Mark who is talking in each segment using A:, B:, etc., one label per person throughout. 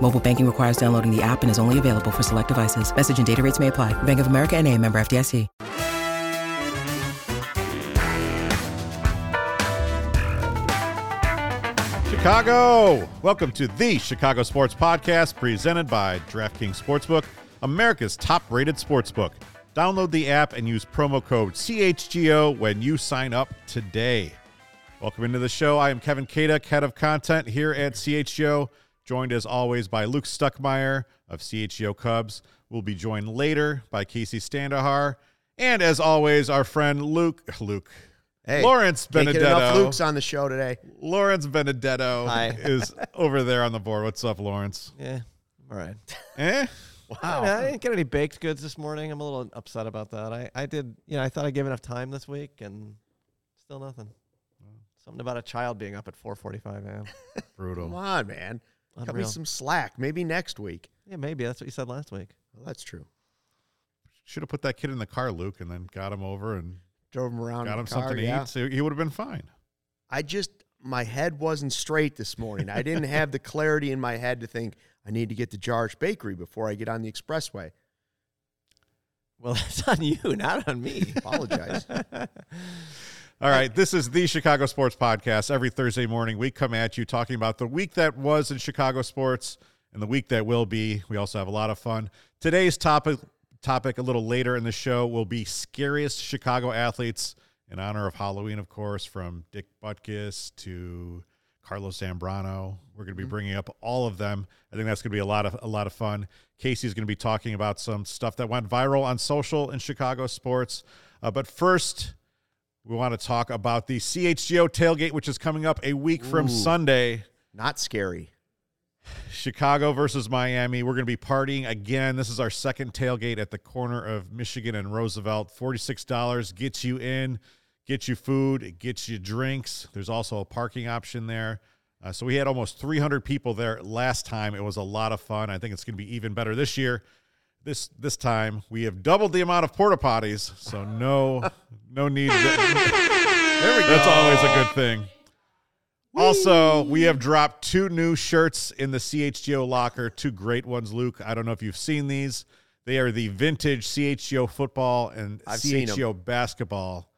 A: Mobile banking requires downloading the app and is only available for select devices. Message and data rates may apply. Bank of America and a member FDIC.
B: Chicago! Welcome to the Chicago Sports Podcast presented by DraftKings Sportsbook, America's top rated sportsbook. Download the app and use promo code CHGO when you sign up today. Welcome into the show. I am Kevin Kaduk, head of content here at CHGO, joined as always by Luke Stuckmeyer of CHGO Cubs. We'll be joined later by Casey Standahar. And as always, our friend Luke, Luke,
C: Hey,
B: Lawrence
C: can't get enough
B: Benedetto.
C: Luke's on the show today.
B: Lawrence Benedetto
C: Hi.
B: is over there on the board. What's up, Lawrence?
D: Yeah. All right.
B: Eh?
D: I, mean, I didn't get any baked goods this morning. I'm a little upset about that. I, I did, you know, I thought I gave enough time this week and still nothing. Something about a child being up at 4:45
C: Come
D: a.m.
B: Brutal.
C: on, man. Cut me
D: Unreal.
C: some slack. Maybe next week.
D: yeah, maybe that's what you said last week.
C: Well, that's true.
B: Should have put that kid in the car, Luke, and then got him over and
C: Drove him around.
B: got
C: in
B: him
C: the car,
B: something to
C: yeah.
B: eat. So he would have been fine.
C: I just my head wasn't straight this morning. I didn't have the clarity in my head to think I need to get to Jarge Bakery before I get on the expressway.
D: Well, that's on you, not on me.
C: Apologize.
B: All right, this is the Chicago Sports Podcast. Every Thursday morning, we come at you talking about the week that was in Chicago sports and the week that will be. We also have a lot of fun. Today's topic, topic a little later in the show, will be scariest Chicago athletes in honor of Halloween, of course, from Dick Butkus to Carlos Zambrano. We're going to be bringing up all of them. I think that's going to be a lot of a lot of fun. Casey's going to be talking about some stuff that went viral on social in Chicago sports. Uh, but first. We want to talk about the CHGO tailgate, which is coming up a week from Sunday.
C: Not scary.
B: Chicago versus Miami. We're going to be partying again. This is our second tailgate at the corner of Michigan and Roosevelt. $46 gets you in, gets you food, it gets you drinks. There's also a parking option there. Uh, so we had almost 300 people there last time. It was a lot of fun. I think it's going to be even better this year. This this time we have doubled the amount of porta potties, so no no need. There we go. That's always a good thing. Also, we have dropped two new shirts in the CHGO locker. Two great ones, Luke. I don't know if you've seen these. They are the vintage CHGO football and
C: I've seen 'em.
B: CHGO basketball,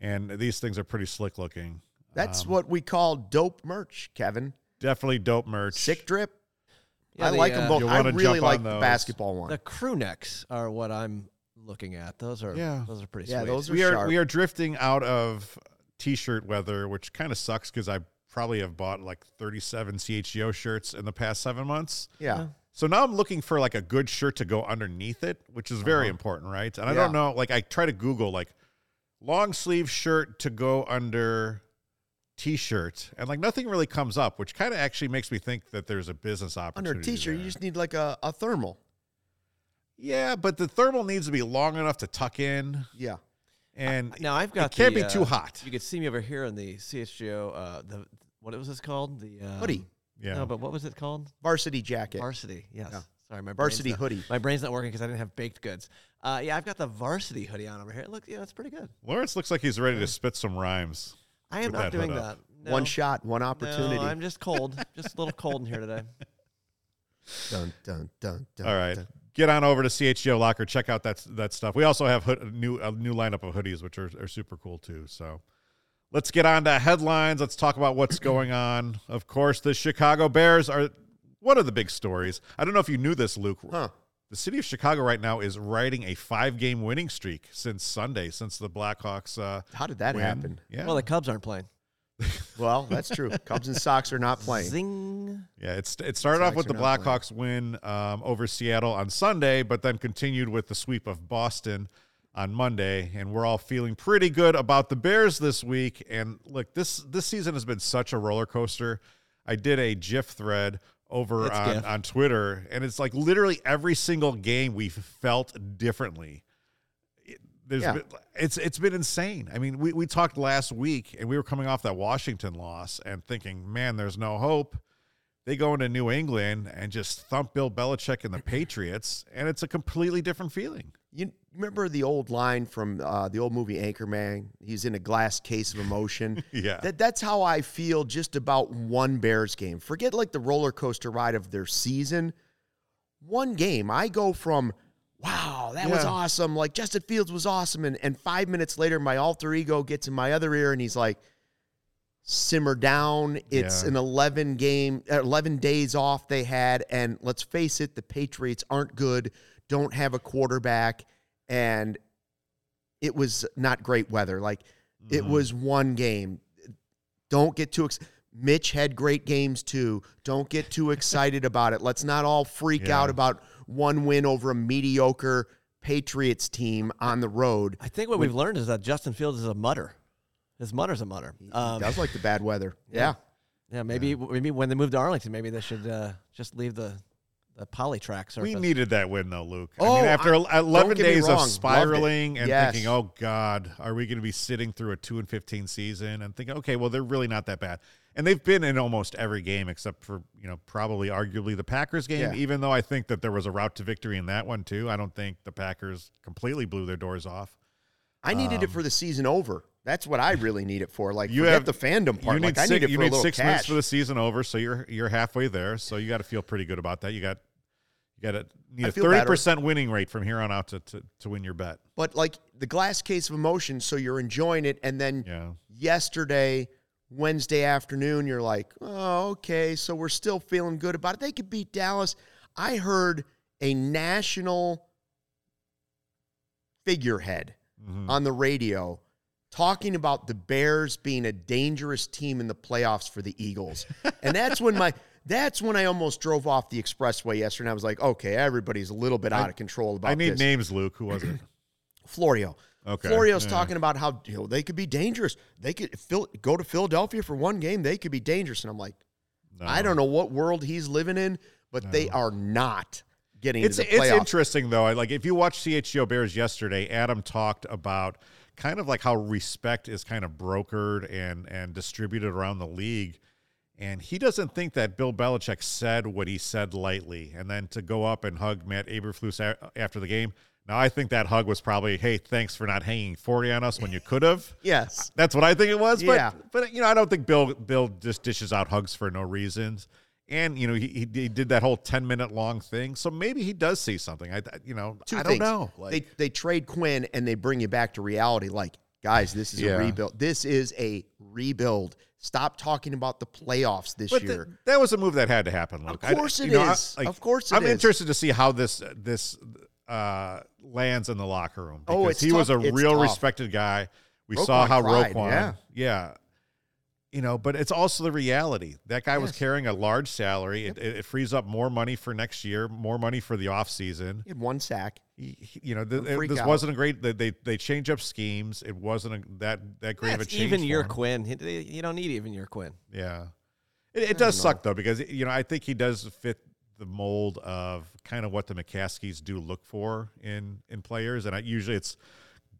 B: and these things are pretty slick looking. Um,
C: That's what we call dope merch, Kevin.
B: Definitely dope merch.
C: Sick drip.
D: Yeah,
C: I
D: the,
C: like
D: uh,
C: them both.
B: You'll
C: I
B: wanna
C: really
B: jump
C: like
B: on
C: the
B: those.
C: basketball one.
D: The crew necks are what I'm looking at. Those are
B: Yeah.
D: those are pretty
C: Yeah,
D: sweet.
C: those are
B: we are
C: sharp.
B: we are drifting out of t-shirt weather, which kind of sucks because I probably have bought like 37 CHGO shirts in the past seven months.
C: yeah.
B: So now I'm looking for like a good shirt to go underneath it, which is very important, right? And I don't
C: Uh-huh. Yeah.
B: know, like I try to Google like long sleeve shirt to go under t-shirt, and like nothing really comes up, which kind of actually makes me think that there's a business opportunity.
C: Under a t-shirt, you
B: there.
C: just need like a, a thermal.
B: yeah, but the thermal needs to be long enough to tuck in,
C: Yeah.
B: and
D: now I've got
B: it can't
D: the,
B: be too
D: uh,
B: hot.
D: You can see me over here in the CHGO uh the what was this called? The uh
C: Hoodie.
B: yeah,
C: Oh,
D: No, but what was it called?
C: Varsity jacket.
D: Varsity, yes. Sorry, my brain's
C: Varsity
D: not-
C: hoodie.
D: My brain's not working because I didn't have baked goods. Uh, yeah, I've got the varsity hoodie on over here. Look, yeah, that's pretty good.
B: Lawrence looks like he's ready to spit some rhymes.
D: I
B: Put
D: am not
B: that
D: doing
B: hood
D: that.
B: up.
C: One
D: No.
C: shot, one opportunity.
D: No, I'm just cold, just a little cold in here today.
C: dun, dun, dun, dun,
B: All right.
C: dun.
B: Get on over to CHGO Locker. Check out that that stuff. We also have hood, new a new lineup of hoodies, which are, are super cool too. So let's get on to headlines. Let's talk about what's going on. Of course, the Chicago Bears are one of the big stories. I don't know if you knew this, Luke.
C: Huh.
B: The city of Chicago right now is riding a five-game winning streak since Sunday, since the Blackhawks. Uh,
C: How did that
B: win.
C: happen?
B: Yeah,
D: Well, the Cubs aren't playing.
C: Well, that's true. Cubs and Sox are not playing.
D: Zing.
B: yeah. It's it started off
C: Sox
B: with
C: are
B: the
C: not playing.
B: Blackhawks win um, over Seattle on Sunday, but then continued with the sweep of Boston on Monday, and we're all feeling pretty good about the Bears this week. And look, this this season has been such a roller coaster. I did a GIF thread over
D: It's
B: on,
D: GIF.
B: on Twitter, and it's like literally every single game we've felt differently. There's
C: Yeah.
B: been, it's it's been insane. I mean, we, we talked last week and we were coming off that Washington loss and thinking, man, there's no hope. They go into New England and just thump Bill Belichick and the Patriots, and it's a completely different feeling.
C: You remember the old line from uh, the old movie Anchorman? He's in a glass case of emotion.
B: Yeah.
C: That, that's how I feel just about one Bears game. Forget like the roller coaster ride of their season. One game, I go from, wow, that was
B: Yeah.
C: awesome. Like Justin Fields was awesome. And, and five minutes later, my alter ego gets in my other ear and he's like, simmer down. It's
B: Yeah.
C: an 11 game, uh, 11 days off they had. And let's face it, the Patriots aren't good, don't have a quarterback. And it was not great weather. Like it
B: Mm-hmm.
C: was one game. Don't get too ex- Mitch had great games too. Don't get too excited about it. Let's not all freak
B: Yeah.
C: out about one win over a mediocre Patriots team on the road.
D: I think what we've learned is that Justin Fields is a mutter. His mutter's a mutter. Um,
C: That's like the bad weather.
D: Yeah.
C: Yeah.
D: yeah, maybe maybe when they move to Arlington, maybe they should uh, just leave the the poly track surface.
B: We needed that win though, Luke. I
C: Oh,
B: mean, after
C: I-
B: el- 11
C: don't get me
B: days
C: wrong,
B: of
C: loved it.
B: spiraling and
C: Yes.
B: thinking, "Oh God, are we going to be sitting through a two and 15 season?" and thinking, "Okay, well, they're really not that bad." And they've been in almost every game except for you know probably arguably the Packers game.
C: Yeah.
B: Even though I think that there was a route to victory in that one too. I don't think the Packers completely blew their doors off.
C: I needed it for the season over. That's what I really need it for. Like
B: Um, You
C: forget
B: have-
C: the fandom part.
B: you need
C: Like I need
B: six,
C: it
B: you
C: for a
B: need
C: little
B: six
C: cash.
B: minutes for the season over, so you're you're halfway there. So you got to feel pretty good about that. You got you got to need
C: I
B: a
C: feel better.
B: thirty percent winning rate from here on out to, to to win your bet.
C: but like the glass case of emotion, so you're enjoying it, and then
B: Yeah.
C: yesterday, Wednesday afternoon, you're like, oh, okay, so we're still feeling good about it. They could beat Dallas. I heard a national figurehead
B: Hmm.
C: on the radio talking about the Bears being a dangerous team in the playoffs for the Eagles. and that's when my that's when I almost drove off the expressway yesterday and I was like, okay, everybody's a little bit out of control about
B: I need
C: this.
B: names, Luke. Who was it?
C: Florio.
B: Okay,
C: Florio's
B: yeah.
C: talking about how you know, they could be dangerous. They could Phil, go to Philadelphia for one game. They could be dangerous. And I'm like,
B: No.
C: I don't know what world he's living in, but they are not getting
B: Uh-huh. It's
C: into
B: it's
C: the playoffs.
B: interesting though. I- Like if you watch CHGO Bears yesterday, Adam talked about kind of like how respect is kind of brokered and and distributed around the league. And he doesn't think that Bill Belichick said what he said lightly, and then to go up and hug Matt Aberflus a- after the game. Now I think that hug was probably, "Hey, thanks for not hanging forty on us when you could have."
C: yes.
B: That's what I think it was. But
C: Yeah.
B: but you know, I don't think Bill Bill just dishes out hugs for no reasons. And you know, he, he he did that whole ten minute long thing. So maybe he does see something. I th- you know
C: Two
B: I
C: things.
B: don't know. Like
C: they they trade Quinn and they bring you back to reality. Like, guys, this is
B: Yeah.
C: a rebuild. This is a rebuild. Stop talking about the playoffs this
B: but th-
C: year.
B: that was a move that had to happen. Luke.
C: course
B: it
C: it
B: is.
C: is. Of course it
B: I'm
C: is.
B: interested to see how this this uh, lands in the locker room.
C: Oh,
B: because
C: it's
B: he was a
C: tough. It's
B: real
C: tough.
B: respected guy. We saw
C: Roquan
B: how
C: cried,
B: Roquan,
C: yeah.
B: yeah, you know, but it's also the reality. That guy was
C: Yes.
B: carrying a large salary. It, it, it frees up more money for next year, more money for the off season.
C: He had one sack.
B: He- he- You know, th-
C: Don't freak
B: this
C: out.
B: wasn't a great. They they, they change up schemes. It wasn't a, that that great of a
D: That's
B: change.
D: even
B: for
D: your
B: him.
D: Quinn. He- they- You don't need even your Quinn.
B: Yeah, it, it does suck though because you know I think he does fit the mold of kind of what the McCaskies do look for in in players, and I, usually it's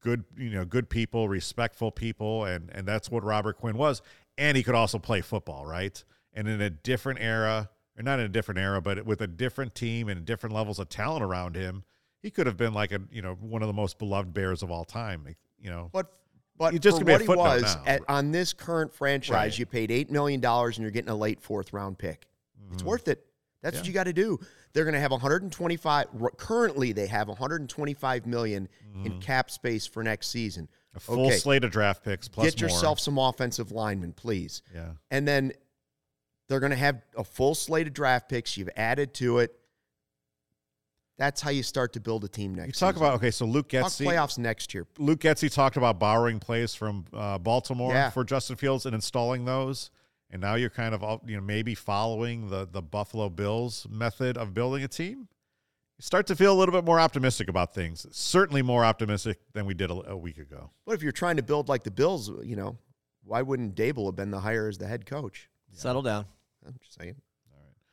B: good you know good people, respectful people, and and that's what Robert Quinn was, and he could also play football, right? And in a different era, or not in a different era, but with a different team and different levels of talent around him, he could have been like a you know one of the most beloved Bears of all time. You know,
C: But but
B: He's just
C: for
B: gonna be a
C: what he
B: footnote
C: was
B: now.
C: at, on this current franchise,
B: Right.
C: you paid eight million dollars and you're getting a late fourth round pick.
B: Mm-hmm.
C: It's worth it. That's what you got to do. They're going to have 125. r- Currently, they have 125 million
B: Mm-hmm.
C: in cap space for next season.
B: a full slate of draft picks plus
C: Get
B: more.
C: yourself some offensive linemen, please.
B: yeah.
C: And then they're going to have a full slate of draft picks. You've added to it. That's how you start to build a team next.
B: You talk
C: season.
B: about okay, so Luke
C: Talk
B: Getzey.
C: playoffs next year.
B: Luke Getzey talked about borrowing plays from uh, Baltimore
C: Yeah.
B: for Justin Fields and installing those. And now you're kind of all- you know maybe following the the Buffalo Bills method of building a team. You start to feel a little bit more optimistic about things. Certainly more optimistic than we did a, a week ago.
C: But if you're trying to build like the Bills, you know, why wouldn't Dable have been the hire as the head coach?
D: Settle down.
C: I'm just saying.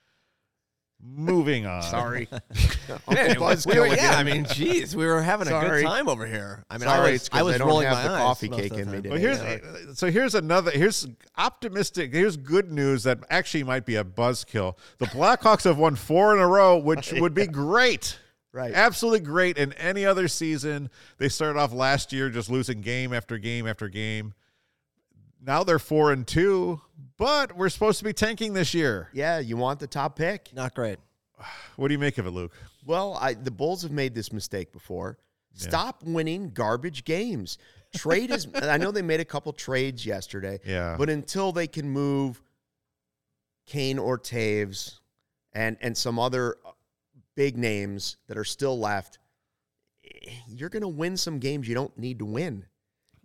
B: Moving on.
C: Sorry.
D: Hey,
C: Uncle Buzz
D: we were-
C: killing
D: yeah,
C: you.
D: I mean, jeez, we were having a
C: Sorry.
D: good time over here. I mean,
C: Sorry,
D: I was,
C: it's 'cause
D: I was
C: I don't
D: rolling
C: have
D: my
C: the
D: eyes
C: coffee
D: most of
C: cake
D: the
C: in me
D: time.
C: today.
B: Well, here's uh,
D: Yeah.
B: so here's another here's optimistic. Here's good news that actually might be a buzzkill. The Blackhawks have won four in a row, which would be great.
C: Right.
B: Absolutely great in any other season. They started off last year just losing game after game after game. Now they're 4 and 2, but we're supposed to be tanking this year.
C: yeah, you want the top pick.
D: Not great.
B: What do you make of it, Luke?
C: Well, I, the Bulls have made this mistake before. Stop winning garbage games. Trade is. I know they made a couple trades yesterday.
B: Yeah.
C: But until they can move Kane or Taves and and some other uh, big names that are still left, you're going to win some games you don't need to win.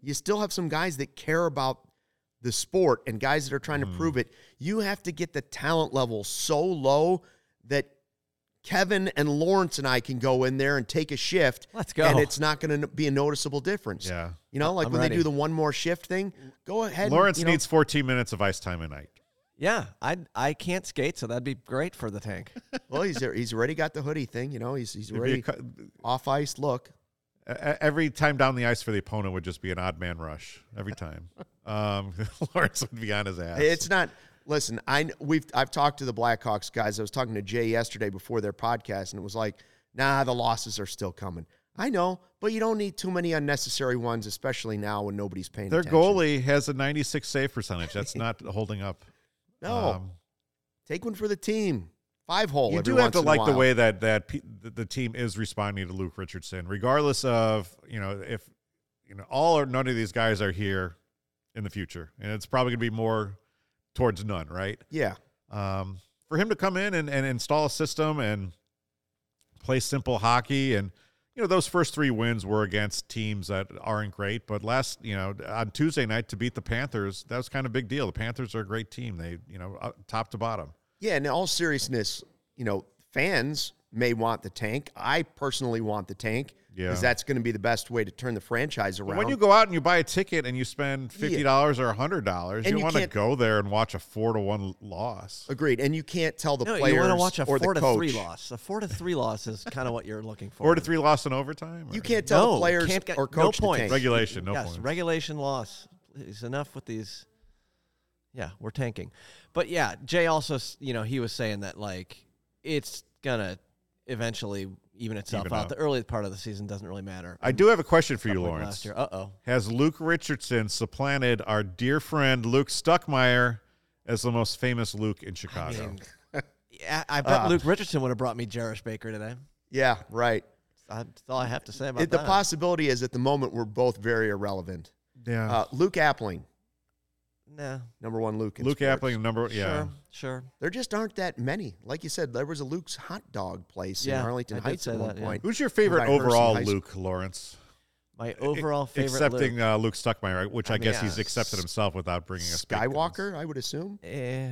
C: You still have some guys that care about the sport and guys that are trying to prove it. You have to get the talent level so low that Kevin and Lawrence and I can go in there and take a shift.
D: Let's go.
C: And it's not going to be a noticeable difference.
B: Yeah.
C: You know, like
D: I'm
C: when
D: ready.
C: they do the one more shift thing, go ahead. and,
B: Lawrence
C: you know,
B: needs 14 minutes of ice time a night.
D: Yeah, I I can't skate, so that'd be great for the tank.
C: Well, he's he's already got the hoodie thing. You know, he's he's
B: It'd be a
C: already
B: cu-
C: off ice. Look,
B: E- every time down the ice for the opponent would just be an odd man rush every time. Um, Lawrence would be on his ass.
C: It's not. Listen, I kn- we've I've talked to the Blackhawks guys. I was talking to Jay yesterday before their podcast, and it was like, nah, the losses are still coming. I know, but you don't need too many unnecessary ones, especially now when nobody's paying.
B: their
C: attention.
B: goalie has a 96 save percentage. That's not holding up.
C: No,
B: Um,
C: take one for the team. Five hole.
B: you
C: every
B: do have
C: once
B: to
C: in a
B: like the
C: while.
B: way that that pe- the the team is responding to Luke Richardson, regardless of you know if you know all or none of these guys are here in the future, and it's probably going to be more towards none, right?
C: Yeah,
B: um, for him to come in and, and install a system and play simple hockey and you know those first three wins were against teams that aren't great but last you know on tuesday night to beat the panthers that was kind of a big deal the panthers are a great team they you know uh, top to bottom
C: yeah. In all seriousness, you know, fans may want the tank. I personally want the tank
B: Yeah.
C: because that's going to be the best way to turn the franchise
B: But
C: around.
B: when you go out and you buy a ticket and you spend $50 or $100 you,
C: you
B: want to
C: can't-
B: go there and watch a four to one loss
C: Agreed, and you can't tell the
D: no,
C: players
D: you want to watch a
C: or the
D: four to
C: coach.
D: three loss. A four to three loss is kind of what you're looking for.
B: four to three loss in overtime
C: You
B: or-
C: can't tell
D: No,
C: the players
D: can't get-
C: or
D: no
C: coach
D: points.
C: the tank.
B: regulation no
D: yes,
B: points.
D: regulation loss. Please, enough with these. Yeah, we're tanking, but yeah, Jay also, s- you know, he was saying that like it's gonna eventually even itself
B: Even
D: out.
B: out.
D: The early part of the season doesn't really matter.
B: i do have a question for you
D: Like
B: lawrence
D: last year, uh oh,
B: has Luke Richardson supplanted our dear friend Luke Stuckmeyer as the most famous Luke in Chicago?
D: yeah, I bet
B: Uh.
D: Luke Richardson would have brought me Jarish Baker today.
C: Yeah, right.
D: That's all I have to say about
C: It, the
D: that.
C: possibility is at the moment we're both very irrelevant.
B: yeah.
C: Uh, Luke Appling,
D: nah,
C: number one Luke. in
B: Luke
C: sports.
B: Appling, number yeah.
D: sure, sure.
C: There just aren't that many. Like you said, there was a Luke's hot dog place
D: Yeah,
C: in Arlington
D: I did
C: Heights
D: say
C: at one
D: that, yeah.
C: point.
B: Who's your favorite
C: By Hearst in
B: overall
C: high school.
B: Luke Lawrence?
D: My overall favorite,
B: E-, Accepting
D: Luke,
B: Uh, Luke Stuckmeyer, which I,
D: I mean,
B: guess
D: yeah,
B: he's accepted
C: S-
B: himself without bringing us big guns.
C: Skywalker, I would assume.
D: Eh,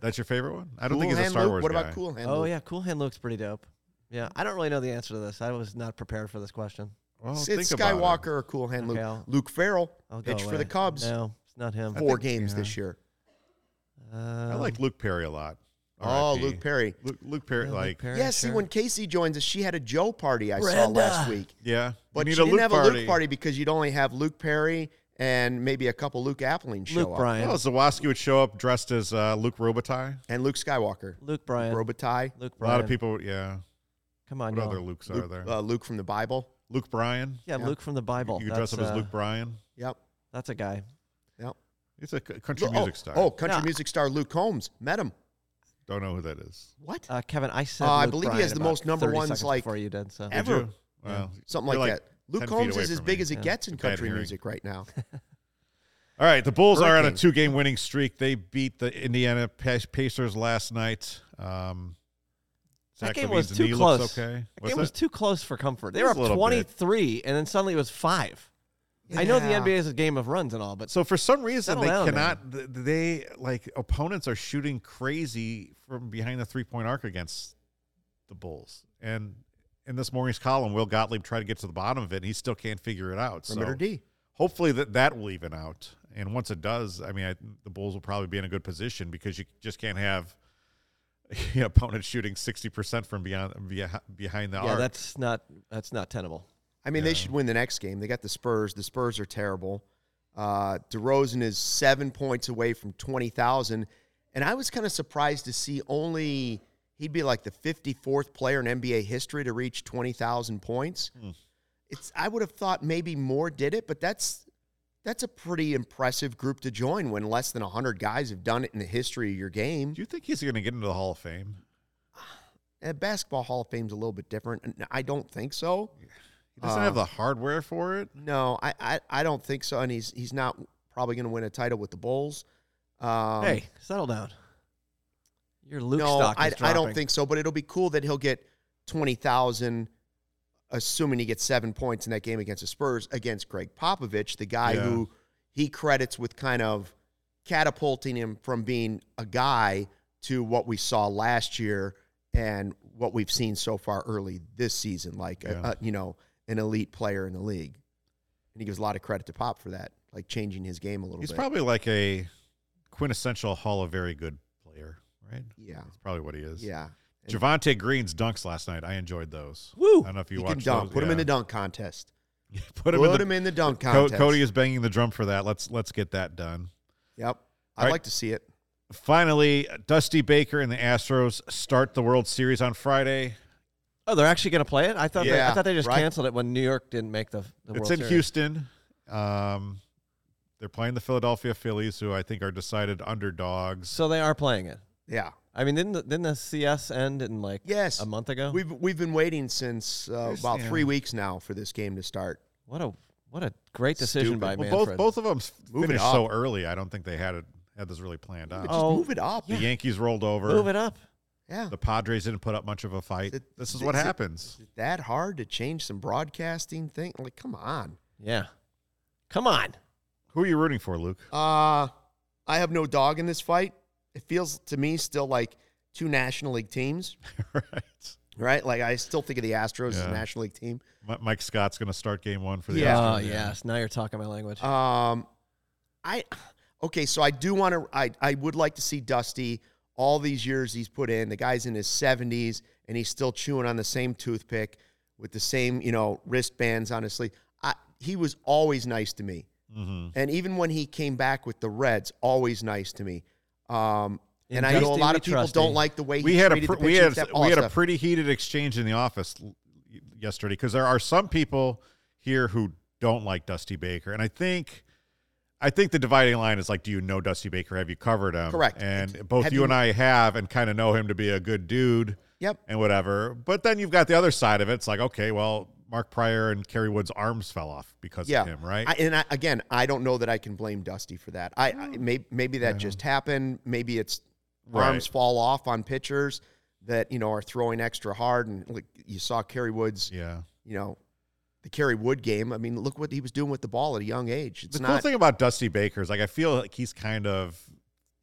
B: That's your favorite one? I don't
C: Cool
B: think he's a
C: Hand
B: Star
C: Luke?
B: Wars
C: What
B: guy.
C: about Cool Hand?
D: Oh
C: Luke?
D: yeah, Cool Hand looks pretty dope. Yeah, I don't really know the answer to this. I was not prepared for this question.
B: Well,
C: It's-
B: Oh, think
C: it's
B: about it.
C: Skywalker or Cool Hand Luke.
D: Okay, I'll-
C: Luke Farrell
D: I'll go
C: pitched for
D: away.
C: the Cubs.
D: No, it's not him.
C: Four
B: think-
C: games
B: yeah.
C: this year.
D: Um,
B: I like Luke Perry a lot.
C: Oh,
B: RIP.
C: Luke Perry.
B: Luke, Luke Perry,
D: yeah, Luke
B: like,
D: Perry,
C: yeah, see,
D: sure.
C: when Casey joins us, she had a Joe party I saw
D: Brenda.
C: last week.
B: yeah.
C: But
B: you need
C: you didn't
B: a Luke
C: have
B: party.
C: a Luke party because you'd only have Luke Perry and maybe a couple Luke Appling show
D: Luke
C: up.
D: Bryan,
B: Well, Zawoski would show up dressed as uh, Luke Robitaille.
C: And Luke Skywalker.
D: Luke Bryan,
C: Robitaille.
D: Luke
B: A
D: Bryan.
B: lot of people, yeah.
D: Come on,
B: What
D: y'all.
B: other Lukes are
C: Luke,
B: there?
C: uh, Luke from the Bible.
B: Luke Bryan.
D: Yeah, Luke from the Bible.
B: You could dress up
D: That's,
B: as
D: uh,
B: Luke Bryan.
C: Yep.
D: That's a guy.
C: Yep.
B: He's a c- country
C: Lu- oh,
B: music star.
C: Oh, country
D: No.
C: music star Luke Holmes. Met him.
B: Don't know who that is.
C: What?
D: Uh, Kevin, I said.
C: Uh, I
D: Luke
C: believe he
D: Bryan
C: has the
D: about
C: most number
D: 30
C: ones,
D: seconds
C: like,
D: before you did. So
C: ever.
B: Did you? Well,
C: Something
B: you're
C: like, that. Luke
B: 10
C: Holmes
B: feet
C: is
B: away
C: as
B: from
C: big
B: me.
C: as it gets in
B: Bad
C: country
B: hearing.
C: music right now.
B: All right, the Bulls are on a
C: Hurricane.
B: two-game winning streak. They beat the Indiana Pac- Pacers last night. Um,
D: That
B: Zach
D: game
B: Levine's
D: was too
B: knee
D: close.
B: Looks okay.
D: That
B: What's
D: game was
B: that?
D: too close for comfort. They
B: It
D: were
B: was
D: up
B: a little bit.
D: 23, and then suddenly it was five. I know the
C: Yeah.
D: NBA is a game of runs and all, but
B: So for some reason
D: Settle
B: they
D: down,
B: cannot. th- They like opponents are shooting crazy from behind the three point arc against the Bulls. And in this morning's column, Will Gottlieb tried to get to the bottom of it, and he still can't figure it out.
C: perimeter
B: So
C: D.
B: hopefully that that will even out. And once it does, I mean, I, the Bulls will probably be in a good position because you just can't have your opponent shooting sixty percent from beyond beh- behind the
D: yeah,
B: arc.
D: that's not that's not tenable.
C: I mean, they should win the next game. They got the Spurs. The Spurs are terrible. Uh, DeRozan is seven points away from twenty thousand, and I was kind of surprised to see only he'd be like the fifty fourth player in NBA history to reach twenty thousand points.
B: Hmm.
C: It's I would have thought maybe more did it, but that's that's a pretty impressive group to join when less than hundred guys have done it in the history of your game.
B: Do you think he's going to get into the Hall of Fame?
C: Uh, basketball Hall of Fame's a little bit different. and I don't think so.
B: He doesn't
C: Uh,
B: have the hardware for it.
C: No, I, I, I don't think so. And he's he's not probably going to win a title with the Bulls. Um,
D: hey, settle down. Your Luke
C: no,
D: stock
C: I,
D: is
C: I don't
D: dropping.
C: think so. But it'll be cool that he'll get twenty thousand, assuming he gets seven points in that game against the Spurs against Greg Popovich, the guy
B: Yeah.
C: who he credits with kind of catapulting him from being a guy to what we saw last year and what we've seen so far early this season, like a-
B: Yeah.
C: a, you know an elite player in the league. And he gives a lot of credit to Pop for that, like changing his game a little
B: He's
C: bit.
B: probably like a quintessential Hall of Very Good player, right?
C: yeah,
B: That's probably what he is.
C: yeah.
B: Javante Green's dunks last night. I enjoyed those. I
D: Woo!
B: don't know if you
C: He can
B: watched
C: dunk.
B: those.
C: Put him in
B: Yeah.
C: the dunk contest.
B: Put him in the
C: dunk
B: Co-
C: contest.
B: Cody is banging the drum for that. Let's let's get that done.
C: Yep. I'd
B: All right.
C: like to see it.
B: Finally, Dusty Baker and the Astros start the World Series on Friday.
D: Oh, they're actually going to play it. I thought they,
C: Yeah,
D: I thought they just
C: right.
D: canceled it when New York didn't make the. the
B: it's
D: World
B: in
D: Series.
B: Houston. Um, they're playing the Philadelphia Phillies, who I think are decided underdogs.
D: so they are playing it.
C: Yeah.
D: I mean, didn't the, didn't the CS end in like
C: Yes.
D: a month ago?
C: We've we've been waiting since uh,
B: There's-
C: about
B: yeah.
C: three weeks now for this game to start.
D: what a what a great decision
C: Stupid.
D: by
B: Well, both
D: Manfred.
B: both of them
C: Move it
B: finished
C: up.
B: so early. I don't think they had it had this really planned out.
C: Just
D: Oh,
C: move it up.
B: The Yankees rolled over.
D: move it up.
C: Yeah.
B: The Padres didn't put up much of a fight.
C: Is it-
B: this is what
C: is it-
B: happens.
C: Is it that hard to change some broadcasting thing? Like, come on.
D: Yeah, come on.
B: Who are you rooting for, Luke?
C: Uh I have no dog in this fight. It feels to me still like two National League teams,
B: right.
C: right? Like I still think of the Astros as
B: Yeah.
C: a National League team.
B: Mi- Mike Scott's going to start game one for the
C: Yeah.
D: Oh
B: Astros.
D: yes, now you're talking my language.
C: Um, I okay, so I do want to. I I would like to see Dusty. All these years he's put in, the guy's in his seventies, and he's still chewing on the same toothpick with the same you know wristbands on his sleeve. I, he was always nice to me,
B: Mhm.
C: and even when he came back with the Reds, always nice to me. Um,
D: In
C: and I know a
D: Dusty
C: lot
D: we
C: of people
D: trust
C: don't
D: thee.
C: like the way he
B: We had a
C: treated
B: pr-
C: the
B: we
C: pitching
B: had
C: staff, all
B: we
C: that
B: had a
C: stuff.
B: pretty heated exchange in the office l- yesterday because there are some people here who don't like Dusty Baker, and I think. I think the dividing line is like, do you know Dusty Baker? Have you covered him?
C: Correct.
B: And both
C: Have
B: you,
C: you-
B: and I have, and kind of know him to be a good dude
C: Yep.
B: and whatever. But then you've got the other side of it. It's like, okay, well, Mark Pryor and Kerry Wood's arms fell off because
C: yeah.
B: of him, right?
C: I, and I, again, I don't know that I can blame Dusty for that. I, I may, maybe that just happened. Maybe it's arms
B: Right.
C: fall off on pitchers that you know are throwing extra hard, and like you saw Kerry Woods,
B: yeah.
C: you know, the Kerry Wood game. I mean, look what he was doing with the ball at a young age. It's
B: the cool
C: not
B: thing about Dusty Baker is like I feel like he's kind of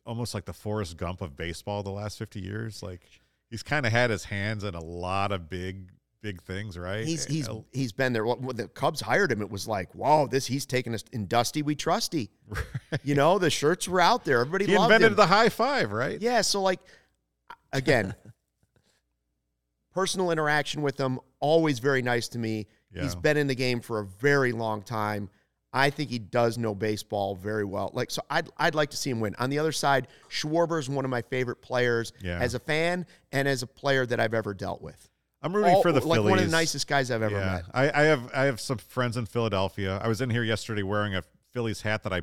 B: almost like the Forrest Gump of baseball the last fifty years. Like he's kind of had his hands in a lot of big big things, right?
C: he's he's
B: Uh,
C: he's been there. Well, When the Cubs hired him, it was like, wow, this he's taking us in Dusty. We trusty. You know, the shirts were out there. Everybody
B: he
C: loved
B: invented
C: him.
B: the high five, right?
C: Yeah, so like again, personal interaction with him always very nice to me. He's
B: Yeah.
C: been in the game for a very long time. I think he does know baseball very well. Like so I'd I'd like to see him win. On the other side, Schwarber is one of my favorite players
B: Yeah.
C: as a fan and as a player that I've ever dealt with.
B: I'm rooting
C: All-
B: for the
C: like
B: Phillies.
C: one of the nicest guys I've ever
B: yeah,
C: met.
B: I, I have I have some friends in Philadelphia. I was in here yesterday wearing a Phillies hat that I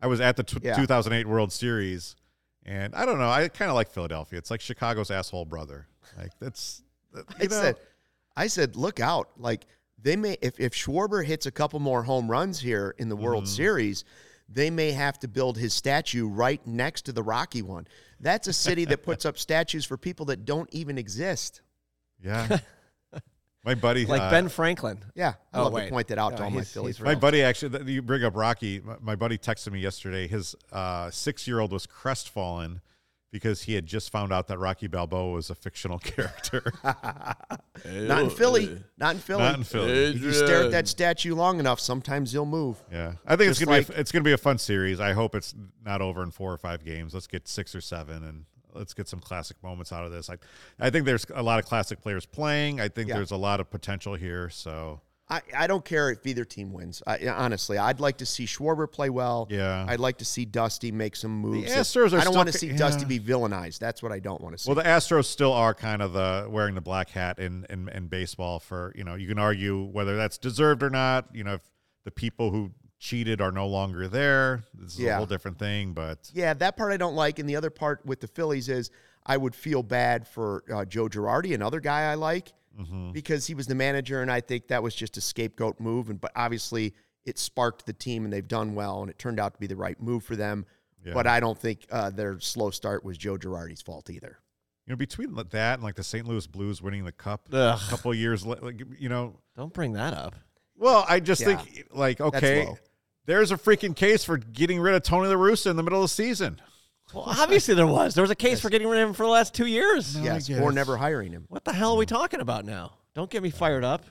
B: I was at the tw
C: Yeah.
B: 2008 World Series, and I don't know. I kind of like Philadelphia. It's like Chicago's asshole brother. Like that's you
C: I
B: know.
C: said, I said, look out. Like they may, if, if Schwarber hits a couple more home runs here in the World Series, they may have to build his statue right next to the Rocky one. That's a city that puts up statues for people that don't even exist.
B: Yeah. my buddy,
D: like
B: uh,
D: Ben Franklin.
C: Yeah, I
D: Oh,
C: love
D: wait.
C: to point that out to
D: No,
C: all my
D: he's-
C: Philly
D: he's
C: friends.
B: My buddy actually, th- you bring up Rocky. My, my buddy texted me yesterday. His uh, six year old was crestfallen because he had just found out that Rocky Balboa was a fictional character.
C: Not in Philly. Not in Philly.
B: Not in Philly.
C: If you stare at that statue long enough, sometimes he'll move.
B: Yeah, I think it's
C: Just
B: gonna be a, it's gonna be a fun series. I hope it's not over in four or five games. Let's get six or seven, and let's get some classic moments out of this. I, I think there's a lot of classic players playing. I think
C: Yeah.
B: there's a lot of potential here. So
C: I, I don't care if either team wins. I, honestly, I'd like to see Schwarber play well.
B: Yeah.
C: I'd like to see Dusty make some moves. that-
B: Astros are
C: I don't
B: still
C: want
B: ca-
C: to see
B: yeah.
C: Dusty be villainized. That's what I don't want to see.
B: Well, the Astros still are kind of the wearing the black hat in, in in baseball. For you know, you can argue whether that's deserved or not. You know, if the people who cheated are no longer there, this is a
C: Yeah.
B: whole different thing. But
C: yeah, that part I don't like. And the other part with the Phillies is I would feel bad for uh, Joe Girardi, another guy I like,
B: Mm-hmm.
C: because he was the manager, and I think that was just a scapegoat move. And but obviously, it sparked the team, and they've done well, and it turned out to be the right move for them. But I don't think uh, their slow start was Joe Girardi's fault either.
B: you know, between that and like the St. Louis Blues winning the cup
D: Ugh.
B: a couple years, la- like you know,
D: Don't bring that up.
B: Well, I just
C: Yeah.
B: think like okay,
C: low.
B: there's a freaking case for getting rid of Tony La Russa in the middle of the season.
D: Well, obviously there was. There was a case for getting rid of him for the last two years.
C: yes, or never hiring him.
D: What the hell are we talking about now? Don't get me fired up.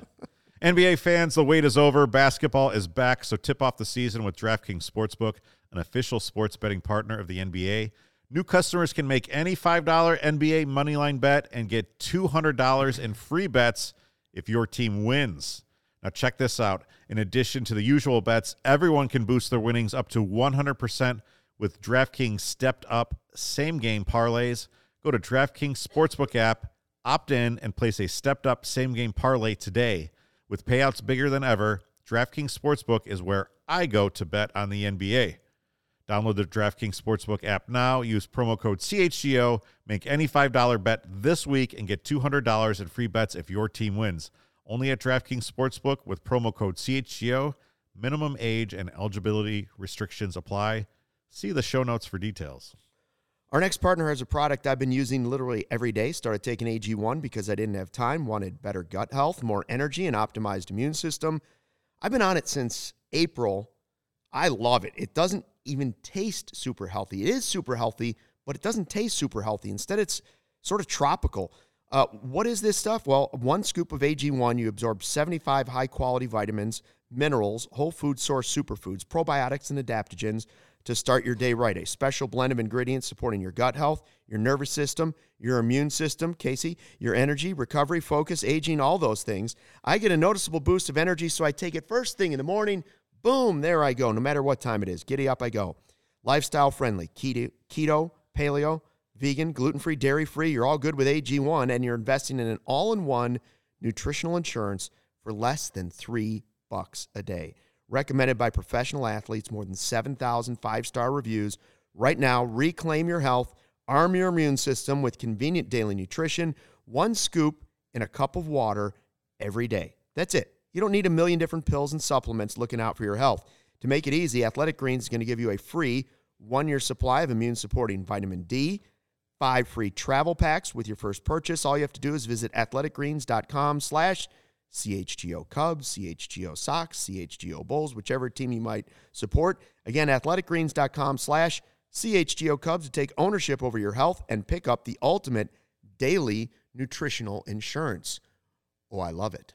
B: NBA fans, the wait is over. Basketball is back, so tip off the season with DraftKings Sportsbook, an official sports betting partner of the NBA. New customers can make any $5 NBA moneyline bet and get $200 in free bets if your team wins. Now, check this out. In addition to the usual bets, everyone can boost their winnings up to 100% with DraftKings stepped up same game parlays. Go to DraftKings Sportsbook app, opt in, and place a stepped up same game parlay today. With payouts bigger than ever, DraftKings Sportsbook is where I go to bet on the NBA. Download the DraftKings Sportsbook app now. Use promo code CHGO. Make any $5 bet this week and get $200 in free bets if your team wins. Only at DraftKings Sportsbook with promo code CHGO. Minimum age and eligibility restrictions apply. See the show notes for details.
C: Our next partner has a product I've been using literally every day. Started taking AG1 because I didn't have time, wanted better gut health, more energy, and optimized immune system. I've been on it since April. I love it. It doesn't even taste super healthy. It is super healthy, but it doesn't taste super healthy. Instead, it's sort of tropical. Uh, what is this stuff? Well, one scoop of AG1, you absorb 75 high quality vitamins, minerals, whole food source superfoods, probiotics, and adaptogens to start your day right. A special blend of ingredients supporting your gut health, your nervous system, your immune system, Casey, your energy, recovery, focus, aging, all those things. I get a noticeable boost of energy, so I take it first thing in the morning. Boom, there I go, no matter what time it is. Giddy up, I go. Lifestyle friendly, keto, keto paleo, vegan, gluten free, dairy free. You're all good with AG1, and you're investing in an all in one nutritional insurance for less than three bucks a day. Recommended by professional athletes, more than 7,000 five star reviews. Right now, reclaim your health, arm your immune system with convenient daily nutrition, one scoop in a cup of water every day. That's it. You don't need a million different pills and supplements looking out for your health. To make it easy, Athletic Greens is going to give you a free one year supply of immune supporting vitamin D, five free travel packs with your first purchase. All you have to do is visit athleticgreens.com slash CHGO Cubs, CHGO Sox, CHGO Bulls, whichever team you might support. Again, athleticgreens.com slash CHGO Cubs to take ownership over your health and pick up the ultimate daily nutritional insurance. Oh, I love it.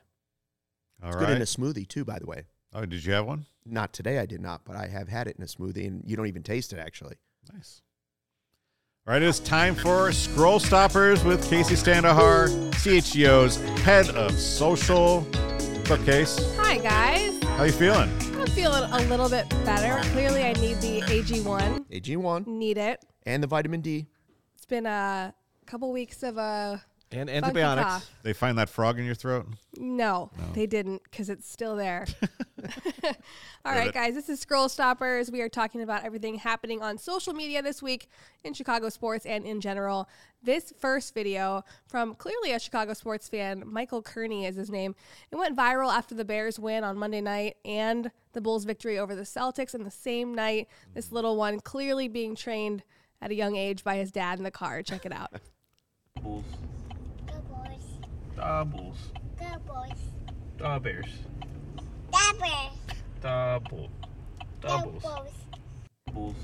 B: All
C: It's
B: right.
C: good in a smoothie too, by the way.
B: Oh, did you have one?
C: Not today, I did not, but I have had it in a smoothie, and you don't even taste it actually.
B: Nice. All right, it is time for Scroll Stoppers with Casey Standahar, CHEO's head of social. What's up, Case?
E: Hi guys,
B: How you feeling?
E: I'm feeling a little bit better. Clearly, I need the AG1.
C: AG1
E: Need it.
C: and the vitamin D.
E: It's been a couple weeks of uh, a
D: And
E: funky
D: antibiotics.
E: cough.
B: They find that frog in your throat?
E: No, they didn't because it's still there. All
B: Love
E: right,
B: it.
E: guys, this is Scroll Stoppers. We are talking about everything happening on social media this week in Chicago sports and in general. This first video from clearly a Chicago sports fan, Michael Kearney is his name. It went viral after the Bears win on Monday night and the Bulls' victory over the Celtics in the same night. This little one clearly being trained at a young age by his dad in the car. Check it out.
F: Go Bulls. The Bulls.
G: Good boys.
F: The Bears.
G: Dabber.
F: The Bull. The
G: Good
F: Bulls.
G: boys.
F: Bulls.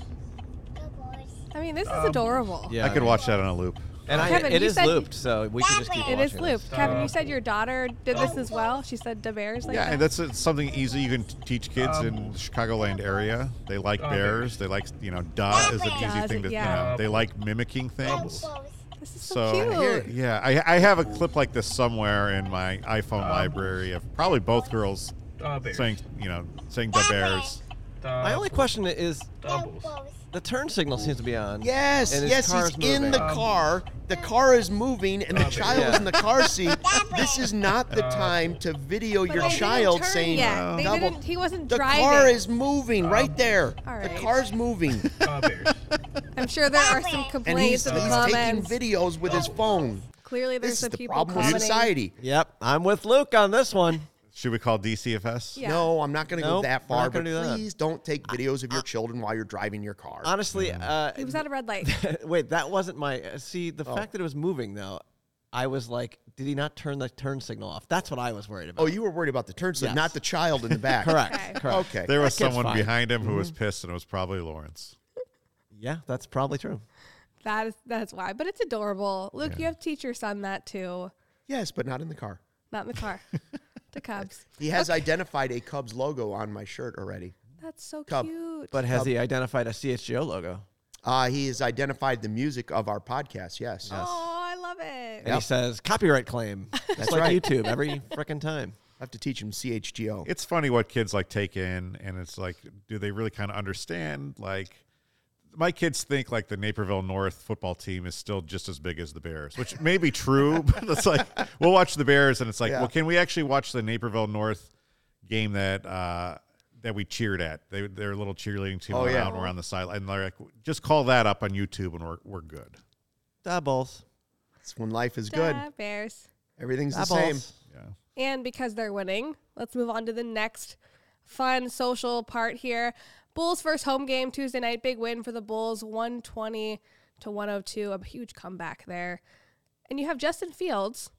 G: Good boys.
E: I mean, this is adorable.
D: Yeah,
B: I could watch that on a loop.
D: And I,
E: Kevin,
D: it
E: you
D: is
E: said-
D: looped, so we can just keep
G: It
E: It is
D: watching
E: looped.
D: this.
E: Kevin, you
C: Um,
E: said your daughter did this as well. She said the bears. Like
B: Yeah,
E: that.
B: and that's uh, something easy you can t- teach kids in the Chicagoland area. They like bears. They like you know, da is an easy
E: Da's,
B: thing to
E: yeah.
B: you know. They like mimicking
G: Good
B: things.
G: boys.
E: this is so,
B: So
E: cute.
B: yeah, I, I have a clip like this somewhere in my iPhone library of probably both girls
F: The Bears.
B: saying you know saying the bears.
F: The
D: My only question is
G: Good
F: Bulls.
G: boys.
D: the turn signal seems to be on.
C: Yes,
D: And his
C: yes,
D: car's
C: he's in the
D: moving.
E: Um,
D: Oh,
C: car. The car is moving, and the child is in the car seat. This is not
D: Uh,
C: the time to video
E: But
C: your
E: they didn't
C: child
E: turn
C: saying
E: yet. They
C: double.
E: didn't- he wasn't
C: the
E: driving.
C: car is moving
D: Um,
C: right there.
E: All
C: The
E: right.
C: car's moving,
F: The Bears.
E: I'm sure there are some
C: and he's,
E: complaints
C: he's
E: in the
C: taking
E: comments. Oh.
C: videos with his phone.
E: Clearly, there's
C: This is
E: some
C: the
E: people
C: problem with
E: commenting.
C: society.
D: Yep, I'm with Luke on this one.
B: Should we call DCFS?
E: Yeah.
C: No, I'm not going to
D: Nope,
C: go that
D: we're not
C: far. But
D: gonna do that.
C: please don't take videos of your children while you're driving your car.
D: Honestly,
C: Mm.
D: uh,
E: He was at a red light.
D: wait, that wasn't my. uh, See, the fact that it was moving though, I was like, did he not turn the turn signal off? That's what I was worried about.
C: oh, you were worried about the turn signal,
D: Yes.
C: not the child in the back.
D: correct,
E: Okay.
D: correct.
C: Okay.
B: There was
D: That kid's
B: someone
D: fine.
B: behind him who was pissed, and it was probably Lawrence.
D: Yeah, that's probably true.
E: That is that's why. But it's adorable. Luke, you have to teach your son that too.
C: Yes, but not in the car.
E: Not in the car. the Cubs.
C: He has identified a Cubs logo on my shirt already.
E: That's so
C: Cub.
E: cute.
D: But has he identified a CHGO logo?
C: Uh, he has identified the music of our podcast. Yes.
E: oh, I love it.
D: And he says copyright claim. That's like
C: right.
D: YouTube every frickin' time.
C: I have to teach him CHGO.
B: It's funny what kids like take in, and it's like, do they really kind of understand? Like, my kids think like the Naperville North football team is still just as big as the Bears, which may be true, but it's like we'll watch the Bears, and it's like, well, can we actually watch the Naperville North game that uh, that we cheered at? They their little cheerleading team
C: Oh,
B: went
C: yeah.
B: out and we're on the sideline. And they're like, just call that up on YouTube, and we're we're good.
D: Doubles.
C: It's when life is good.
E: Da Bears.
C: Everything's the
D: Doubles.
C: same.
E: And because they're winning, let's move on to the next fun social part here. Bulls first home game Tuesday night. Big win for the Bulls, 120 to 102. A huge comeback there. And you have Justin Fields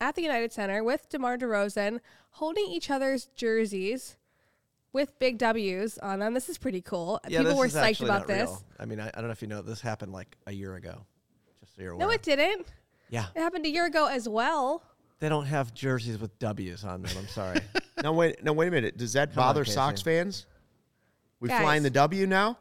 E: at the United Center with DeMar DeRozan holding each other's jerseys with big W's on them. This is pretty cool.
D: Yeah,
E: People
D: this
E: were
D: is
E: psyched
D: actually
E: about
D: not
E: this.
D: real. I mean, I, I don't know if you know, this happened like a year ago. Just so you're aware.
E: No, it didn't.
D: Yeah,
E: It happened a year ago as well.
D: they don't have jerseys with W's on them. I'm sorry.
C: Now wait, now wait a minute. Does that
D: on,
C: bother
D: Casey.
C: Sox fans? We
E: Guys.
C: flying the W now.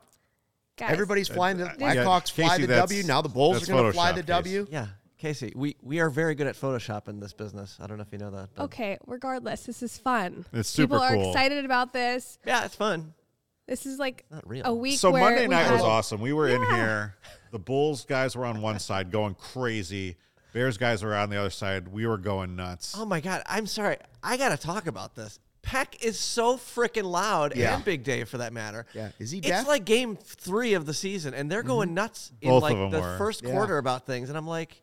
E: Guys,
C: Everybody's flying the
B: yeah,
C: Blackhawks. Fly
B: Casey,
C: the
B: that's-
C: W. Now the Bulls are
B: that's
C: going to fly
B: Photoshop,
C: the
B: Casey.
C: W.
D: yeah, Casey, we, we are very good at Photoshop in this business. I don't know if you know that. But
E: Okay, regardless, this is fun.
B: It's super
E: People are
B: cool.
E: excited about this.
D: Yeah, it's fun.
E: This is like
D: Not real.
E: a week.
B: So
E: where
B: Monday
E: we
B: night was
E: had-
B: awesome. We were in here. The Bulls guys were on one side going crazy. Bears guys were on the other side. We were going nuts.
D: Oh my God, I'm sorry. I gotta talk about this. Peck is so freaking loud
C: Yeah.
D: and Big Dave for that matter.
C: Yeah. Is he
D: It's
C: deaf? Mm-hmm.
D: like game three of the season, and they're going nuts in
B: Both of
D: like
B: them
D: the
B: were.
D: first quarter about things, and I'm like,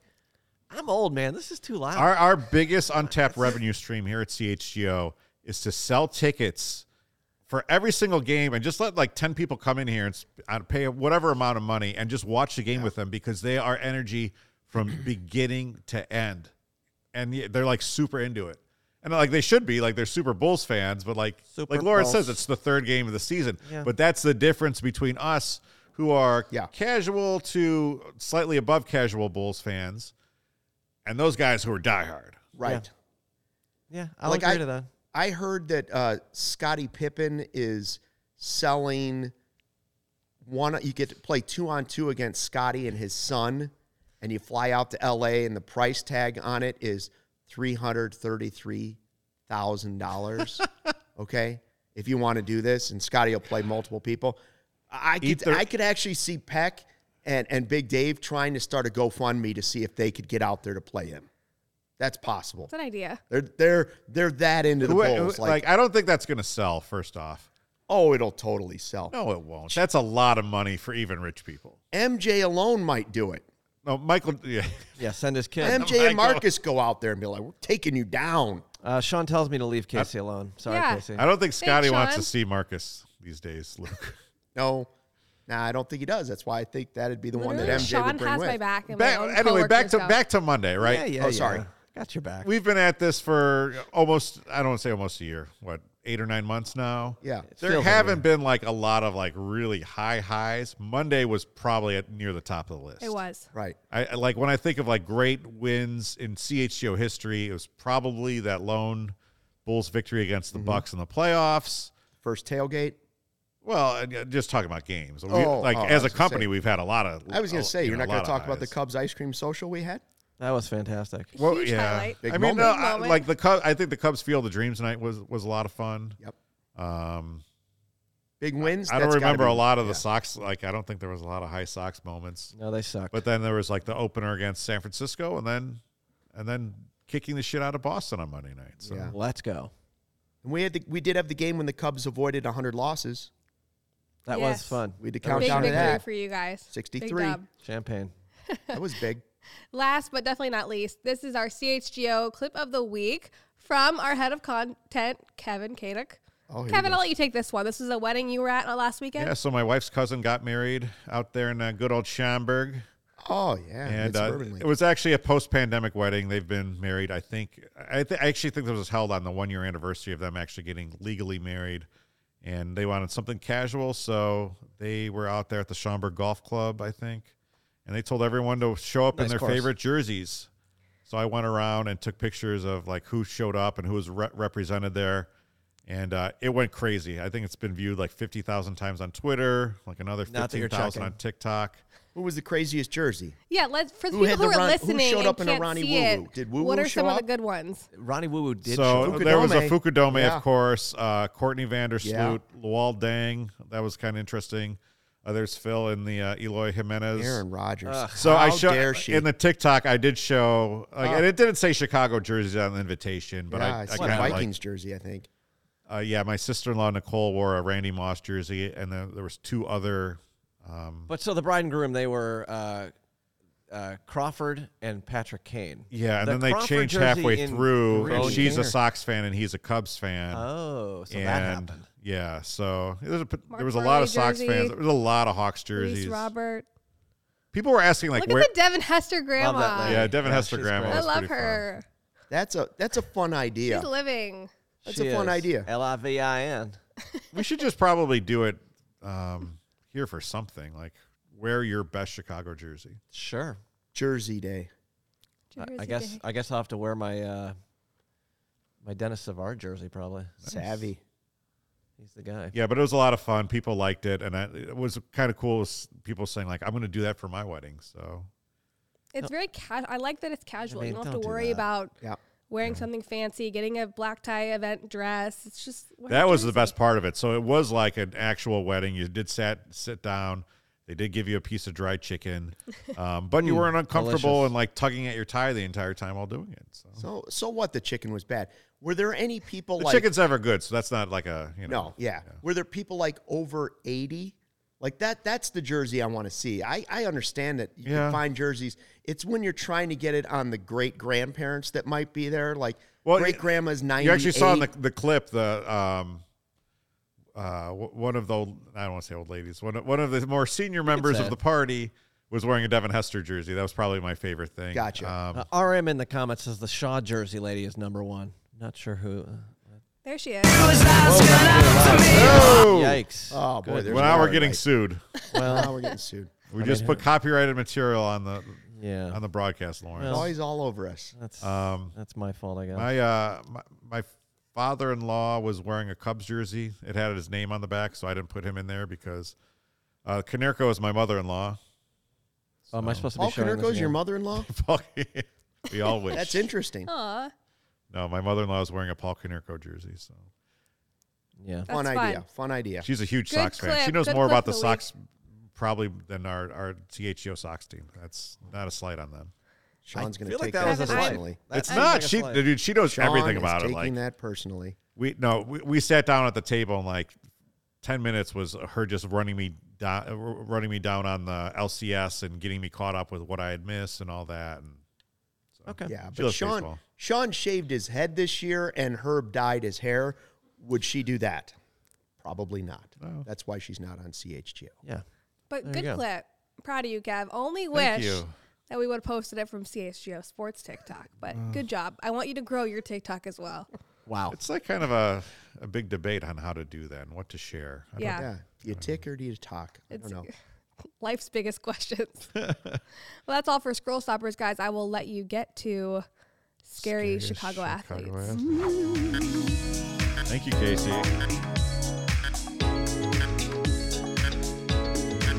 D: I'm old man. This is too loud.
B: Our our biggest untapped revenue stream here at CHGO is to sell tickets for every single game and just let like 10 people come in here and sp- uh, pay whatever amount of money and just watch the game with them because they are energy from beginning to end. And yeah, they're like super into it. And like they should be, like they're super Bulls fans, but like
D: Super
B: like Laura
D: Bulls.
B: says it's the third game of the season.
D: Yeah.
B: But that's the difference between us who are
C: Yeah.
B: casual to slightly above casual Bulls fans and those guys who are diehard.
C: Right.
D: yeah, I'll
C: Like,
D: agree
C: I-
D: to that.
C: I heard that uh, Scottie Pippen is selling one. You get to play two on two against Scotty and his son, and you fly out to L.A. and the price tag on it is three hundred thirty-three thousand dollars. okay, if you want to do this, and Scotty will play multiple people. I
B: Eat
C: could,
B: their-
C: I could actually see Peck and and Big Dave trying to start a GoFundMe to see if they could get out there to play him. That's possible.
E: It's an idea.
C: They're they're they're that into the
B: Who- who-
C: Bulls.
B: like,
C: Like,
B: I don't think that's going to sell. First off,
C: oh, it'll totally sell.
B: no, it won't. That's a lot of money for even rich people.
C: MJ alone might do it.
B: No, Michael. Yeah,
D: Yeah, send his kid.
C: MJ and
B: Michael.
C: Marcus go out there and be like, "We're taking you down."
D: Uh, Sean tells me to leave Casey alone. Sorry,
E: Yeah.
D: Casey.
B: I don't think Scotty wants to
E: Sean.
B: see Marcus these days. Luke,
C: No, nah, I don't think he does. That's why I think that'd be the one that
E: Literally,
C: MJ
E: Sean
C: would bring
E: has
C: with.
E: my back. And
B: Back-
E: my own
B: anyway, back
E: coworkers
B: to
E: don't.
B: back to Monday, right?
D: Yeah, yeah,
C: oh, sorry.
D: yeah. Got your back.
B: We've been at this for almost, I don't want to say almost a year, what, eight or nine months now?
C: Yeah.
B: There haven't been like a lot of like really high highs. Monday was probably at near the top of the list.
E: It was.
C: Right.
B: I I- like when I think of like great wins in CHGO history, it was probably that lone Bulls victory against the
C: Mm-hmm.
B: Bucks in the playoffs.
C: First tailgate.
B: Well, and, uh, just talking about games. We-
C: Oh,
B: like
C: oh, I
B: as a
C: was gonna
B: company,
C: say.
B: we've had a lot of.
C: I was going
B: a-
C: to say,
B: you
C: you're
B: know, Oh,
C: not
B: a
C: going
B: lot
C: to
B: of
C: talk about the
B: highs.
C: Cubs ice cream social we had?
D: That was fantastic.
B: Well,
E: Huge
B: yeah.
E: highlight.
C: Big
B: I mean, no,
C: moment.
B: I,
E: Moment.
B: like the Cubs. I think the Cubs Field of Dreams night was was a lot of fun.
C: Yep.
B: Um,
C: Big wins.
B: I don't
C: That's gotta
B: remember
C: be-
B: a lot of the
C: yeah.
B: Sox. Like, I don't think there was a lot of high Sox moments.
D: No, they suck.
B: But then there was like the opener against San Francisco, and then and then kicking the shit out of Boston on Monday night. So.
C: Yeah.
D: Let's go.
C: And we had the, we did have the game when the Cubs avoided 100 losses.
D: That was
E: Yes.
D: fun.
C: We had to
D: That was
C: count
E: Big
C: down to
E: victory
C: that.
E: for you guys. Big
C: 63.
E: dub.
D: Champagne.
C: That was big.
E: Last but definitely not least, this is our CHGO clip of the week from our head of content, Kevin Kadick.
C: Oh, here
E: Kevin,
C: we
E: I'll
C: go.
E: let you take this one. This is a wedding you were at uh, last weekend.
B: Yeah, so my wife's cousin got married out there in uh, good old Schaumburg,
C: Oh, yeah.
B: and
C: Mid
B: uh,
C: Suburban League.
B: it was actually a post-pandemic wedding. They've been married, I think. I, th- I actually think this was held on the one-year anniversary of them actually getting legally married, and they wanted something casual, so they were out there at the Schaumburg Golf Club, I think, and they told everyone to show up in
D: Nice
B: their
D: course.
B: favorite jerseys. So I went around and took pictures of like who showed up and who was re- represented there, and uh, it went crazy. I think it's been viewed like fifty thousand times on Twitter, like another
D: Not that
B: fifteen
D: you're
B: thousand on
D: checking.
B: TikTok.
C: Who was the craziest jersey?
E: Yeah, let's for the
C: Who
E: people
C: had
E: who
C: the
E: are
C: Ron- who
E: listening
C: showed
E: and
C: up in a
E: can't
C: Ronnie
E: see
C: Woo
E: it.
C: Woo? Did Woo
E: what
C: Woo
E: are some
C: show
E: of the
C: up?
E: good ones?
D: Ronnie Woo Woo did. Oh
B: So
D: show up.
B: there was a
C: Fukudome.
B: Fukudome,
C: Yeah.
B: of course. Uh, Courtney Vanderstoot,
C: Yeah.
B: Luol Dang. That was kind of interesting. Uh, there's Phil and the uh, Eloy Jimenez.
C: Aaron Rodgers.
D: Ugh.
B: So I
C: How
B: show
C: dare she?
B: in the TikTok. I did show, like,
D: Oh.
B: and it didn't say Chicago jerseys on the invitation, but
C: yeah,
B: I,
C: I,
B: I
C: see
B: kind
C: a
B: of like
C: Vikings jersey, I think.
B: uh, yeah, my sister in law Nicole wore a Randy Moss jersey, and then there was two other. Um,
D: But so the bride and groom, they were uh, uh, Crawford and Patrick Kane.
B: yeah, and
D: The
B: then they
D: Crawford
B: changed
D: jersey
B: halfway
D: in
B: through, and
D: green.
B: she's a Sox fan and he's a Cubs fan.
D: Oh, so
B: and
D: that happened.
B: yeah, so there's a,
E: Mark
B: there was a lot
E: Barley
B: of Sox
E: jersey.
B: fans. There was a lot of Hawks
E: Reese
B: jerseys.
E: Robert.
B: People were asking like
E: Look
B: where.
E: at the Devin Hester grandma.
D: that lady.
B: yeah, Devin
D: Yeah,
B: Hester
D: she's
B: grandma.
D: great.
E: I
B: was
E: love
B: pretty fun.
E: her.
C: That's a that's a fun idea.
E: She's living.
C: That's a fun idea.
D: L I V I N.
B: We should just probably do it um, here for something like wear your best Chicago jersey.
D: Sure.
C: Jersey Day.
D: I- I
E: Jersey
D: guess
E: Day.
D: I guess I'll have to wear my uh, my Dennis Savard jersey probably.
C: Savvy.
D: He's the guy.
B: Yeah, but it was a lot of fun. People liked it, and I, it was kind of cool. Was people saying like, "I'm going to do that for my wedding." So
E: It's very casual. I like that it's casual.
D: mean,
E: you don't have
D: don't
E: to
D: do
E: worry
D: that.
E: about
C: Yeah.
E: wearing something fancy, getting a black tie event dress. It's just wear
B: that
E: a
B: was the
E: jersey.
B: best part of it. So it was like an actual wedding. You did sat sit down. They did give you a piece of dried chicken, um, but you weren't uncomfortable
D: delicious.
B: and like tugging at your tie the entire time while doing it. So.
C: So so what the chicken was bad. Were there any people
B: The
C: like
B: chicken's ever good, so that's not like a you know.
C: No, yeah. Were there people like over 80? Like that that's the jersey I want to see. I I understand that you
B: Yeah.
C: can find jerseys. It's when you're trying to get it on the great grandparents that might be there like
B: Well,
C: great grandma's 98.
B: You actually saw in the, the clip the um, uh, w- one of the old, I don't want to say old ladies one of, one of the more senior members
D: say
B: of
D: it.
B: the party was wearing a Devin Hester jersey. That was probably my favorite thing.
C: Gotcha.
B: Um,
D: Uh, RM in the comments says the Shaw jersey lady is number one. Not sure who.
E: There she is.
B: oh!
D: Yikes.
C: Oh boy,
D: Good.
C: there's
B: well, now
C: a
B: we're
C: lot
B: getting
C: of-
B: sued.
C: now
D: Well,
C: we're getting sued.
B: We just put copyrighted material on the
D: yeah.
B: on the broadcast, Lawrence.
C: Always all over us.
D: That's
B: Um,
D: that's my fault, I guess.
B: my, uh, my my father-in-law was wearing a Cubs jersey. It had his name on the back, so I didn't put him in there because uh, Canerco is my mother-in-law.
D: oh, am I supposed to be
C: Paul
D: showing this
C: Konerko's your
D: again?
C: mother-in-law?
B: we all wish.
C: That's interesting.
E: Aw,
B: No, my mother in law is wearing a Paul Konerko jersey, so
D: Yeah.
E: that's
C: fun
E: fun.
C: idea. Fun idea.
B: she's a huge
E: Good
B: Sox fan. She
E: clip.
B: knows
E: Good
B: more
E: clip
B: about the
E: of the
B: Sox probably than our our CHGO Sox team. That's not a slight on them.
C: Sean's going to
D: feel
C: take
D: like
C: that,
D: that was
E: a slight.
C: personally.
D: That
B: it's
D: seems
B: not.
D: like a
B: she
D: slight.
B: dude, she knows
C: Sean
B: everything
C: is
B: about it.
C: taking
B: Like
C: that personally.
B: we no, we, we sat down at the table and like ten minutes was her just running me down, uh, running me down on the LCS and getting me caught up with what I had missed and all that. And
D: Okay.
C: Yeah,
B: She
C: but
B: loves
C: Sean
B: baseball.
C: Sean shaved his head this year and Herb dyed his hair. Would she do that? Probably not. That's why she's not on CHGO.
D: Yeah.
E: But
D: There you
E: good
D: go.
E: clip. Proud of you, Gav. Only wish
B: Thank you.
E: that we would have posted it from CHGO Sports TikTok. But good job. I want you to grow your TikTok as well.
C: Wow.
B: It's like kind of a, a big debate on how to do that and what to share. I don't-
E: Yeah.
C: Yeah. Do you tick or do you talk? I
E: It's-
C: don't know.
E: Life's biggest questions. well, that's all for Scroll Stoppers, guys. I will let you get to scary,
B: Scariest
E: Chicago, athletes.
B: athletes. Thank you, Casey.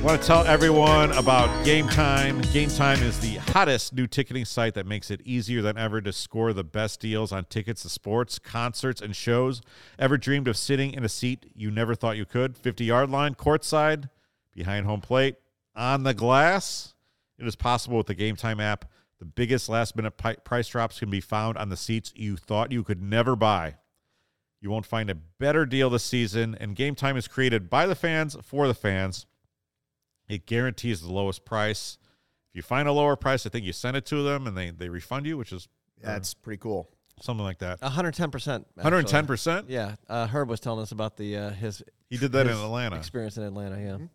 B: want to tell everyone about Game Time. Game Time is the hottest new ticketing site that makes it easier than ever to score the best deals on tickets to sports, concerts, and shows. Ever dreamed of sitting in a seat you never thought you could? 50 yard line, courtside, behind home plate, on the glass. It is possible with the Game Time app. The biggest last minute pi- price drops can be found on the seats you thought you could never buy. You won't find a better deal this season, and Game Time is created by the fans for the fans. It guarantees the lowest price. If you find a lower price, I think you send it to them and they, they refund you, which is
C: That's pretty cool.
B: something like
D: Oh,
B: that.
D: 110%.
B: 110%?
D: Yeah. Uh, Herb was telling us about the uh, his
B: He did that in
D: his
B: Atlanta.
D: experience in Atlanta. Yeah.
C: Mm-hmm.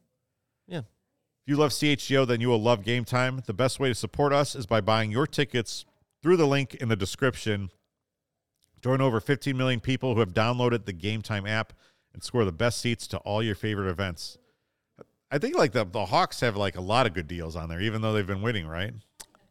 D: Yeah.
B: If you love CHGO, then you will love Game Time. The best way to support us is by buying your tickets through the link in the description. Join over 15 million people who have downloaded the Game Time app and score the best seats to all your favorite events. I think like the, the Hawks have like a lot of good deals on there, even though they've been winning, right?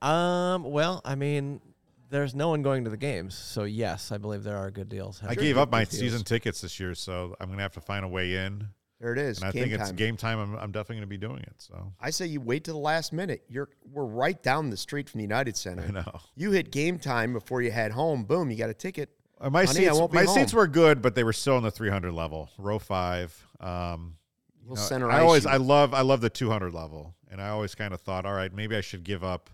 D: Um. Well, I mean, there's no one going to the games, so yes, I believe there are good deals.
B: I
D: happening.
B: gave up my
C: good deals.
B: season tickets this year, so I'm gonna have to find a way in.
C: There it is.
B: And I
C: game
B: think
C: time.
B: it's game time. I'm, I'm definitely gonna be doing it. So
C: I say you wait to the last minute. You're we're right down the street from the United Center.
B: I know.
C: You hit game time before you head home. Boom, you got a ticket.
B: Uh, My
C: Honey, I
B: seats,
C: won't be
B: my
C: home.
B: seats were good, but they were still in the 300 level, row five. Um, you
C: We'll
B: know,
C: center
B: I
C: ice
B: always,
C: you.
B: I love, I love the 200 level, and I always kind of thought, all right, maybe I should give up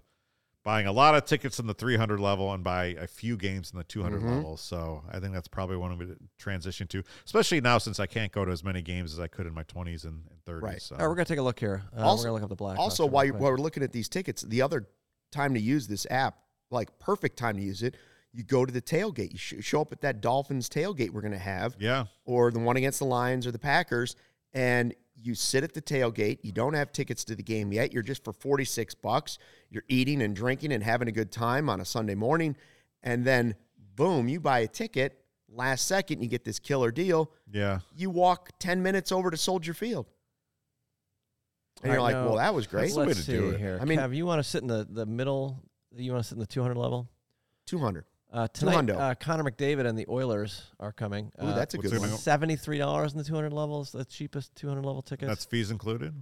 B: buying a lot of tickets in the 300 level and buy a few games in the 200
C: Mm-hmm.
B: level. So I think that's probably one I'm going to transition to, especially now since I can't go to as many games as I could in my 20s and, and 30s.
C: Right. Oh,
B: So.
D: All right, we're gonna take a look here. Uh,
C: Also-
D: we're gonna look up the black.
C: also,
D: Box
C: while,
D: real
C: you,
D: quick.
C: while we're looking at these tickets, the other time to use this app, like perfect time to use it, you go to the tailgate. You sh- show up at that Dolphins tailgate we're going to have,
B: yeah.
C: or the one against the Lions or the Packers, and you sit at the tailgate. You don't have tickets to the game yet. You're just for 46 bucks. You're eating and drinking and having a good time on a Sunday morning. And then, boom, you buy a ticket last second. You get this killer deal.
B: Yeah.
C: You walk 10 minutes over to Soldier Field. And
D: All
C: you're
D: right,
C: like,
D: now,
C: well, that was great.
D: Let's
B: the way to
D: see
B: do it.
D: here.
C: I mean-
D: Kev, you want to sit in the the middle? You want to sit in the 200 level?
C: 200.
D: Uh, tonight,
C: Tuhondo.
D: uh, Connor McDavid and the Oilers are coming.
C: Ooh,
D: uh,
C: that's a
B: what's
C: good
B: the
C: one.
B: name?
D: Seventy-three dollars in the two hundred levels, the cheapest two hundred level tickets.
B: That's fees included.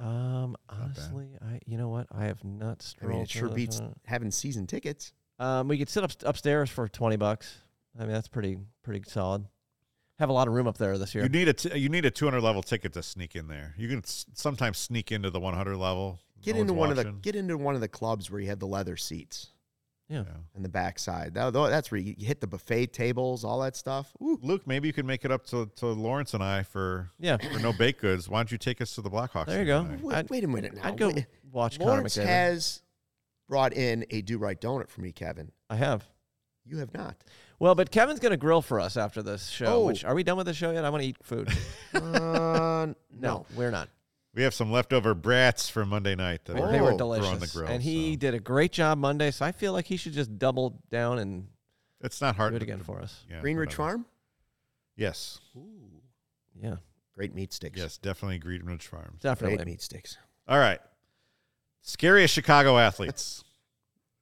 D: um,
B: bad.
D: honestly, I you know what? I have not
C: I
D: strolled.
C: mean, it sure
D: through the-
C: beats having season tickets.
D: Um, we could sit up upstairs for twenty bucks. I mean, that's pretty pretty solid. Have a lot of room up there this year.
B: You need a t- you need a 200 level ticket to sneak in there. You can s- sometimes sneak into the 100 level.
C: Get
B: No
C: into
B: one's
C: one of the
B: watching.
C: get into one of the clubs where you have the leather seats
D: yeah.
B: Yeah.
C: and the backside. That, that's where you you hit the buffet tables, all that stuff. Ooh,
B: Luke, maybe you can make it up to, to Lawrence and I for
D: yeah,
B: for no baked goods. Why don't you take us to the Blackhawks?
D: There you
B: game
D: go.
B: tonight?
C: wait,
D: I'd-
C: wait a minute now.
D: I'd go
C: Wait-
D: watch
C: Lawrence
D: Connor McDavid.
C: has brought in a do right donut for me, Kevin.
D: I have.
C: You have not.
D: Well, but Kevin's gonna grill for us after this show.
C: Oh.
D: Which are we done with the show yet? I want to eat food.
C: Uh, no.
D: no, we're not.
B: We have some leftover brats from Monday night that
D: They
C: Oh,
D: were
C: throw
B: on the
D: delicious,
B: grill,
D: and he
B: so.
D: did a great job Monday. So I feel like he should just double down and
B: it's not hard
D: do it
B: to-
D: again for us.
B: Yeah,
C: Greenridge
B: whatever.
C: Farm?
B: Yes,
D: Yeah,
C: Great meat sticks.
B: yes, definitely Greenridge Farm.
C: Great
D: definitely.
C: meat sticks.
B: All right, scariest Chicago athletes.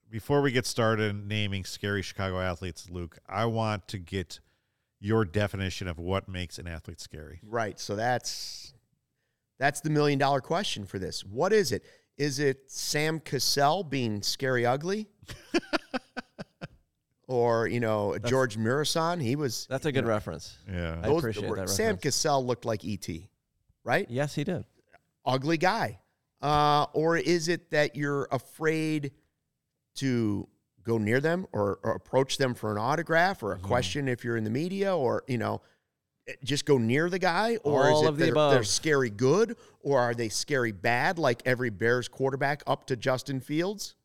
B: Before we get started naming scary Chicago athletes, Luke, I want to get your definition of what makes an athlete scary.
C: Right. So that's that's the million dollar question for this. What is it? Is it Sam Cassell being scary ugly? or, you know, George Murison? He was
D: That's a good reference.
B: Yeah,
D: I appreciate that
C: Sam
D: reference.
C: Cassell looked like E.T., right?
D: Yes, he did.
C: Ugly guy. Uh, or is it that you're afraid to go near them or, or approach them for an autograph
D: Mm-hmm.
C: or a question if you're in the media or, you know, eh, just go near the guy or
D: All
C: is it
D: of the
C: they're,
D: above.
C: they're scary good or are they scary bad like every Bears quarterback up to Justin Fields?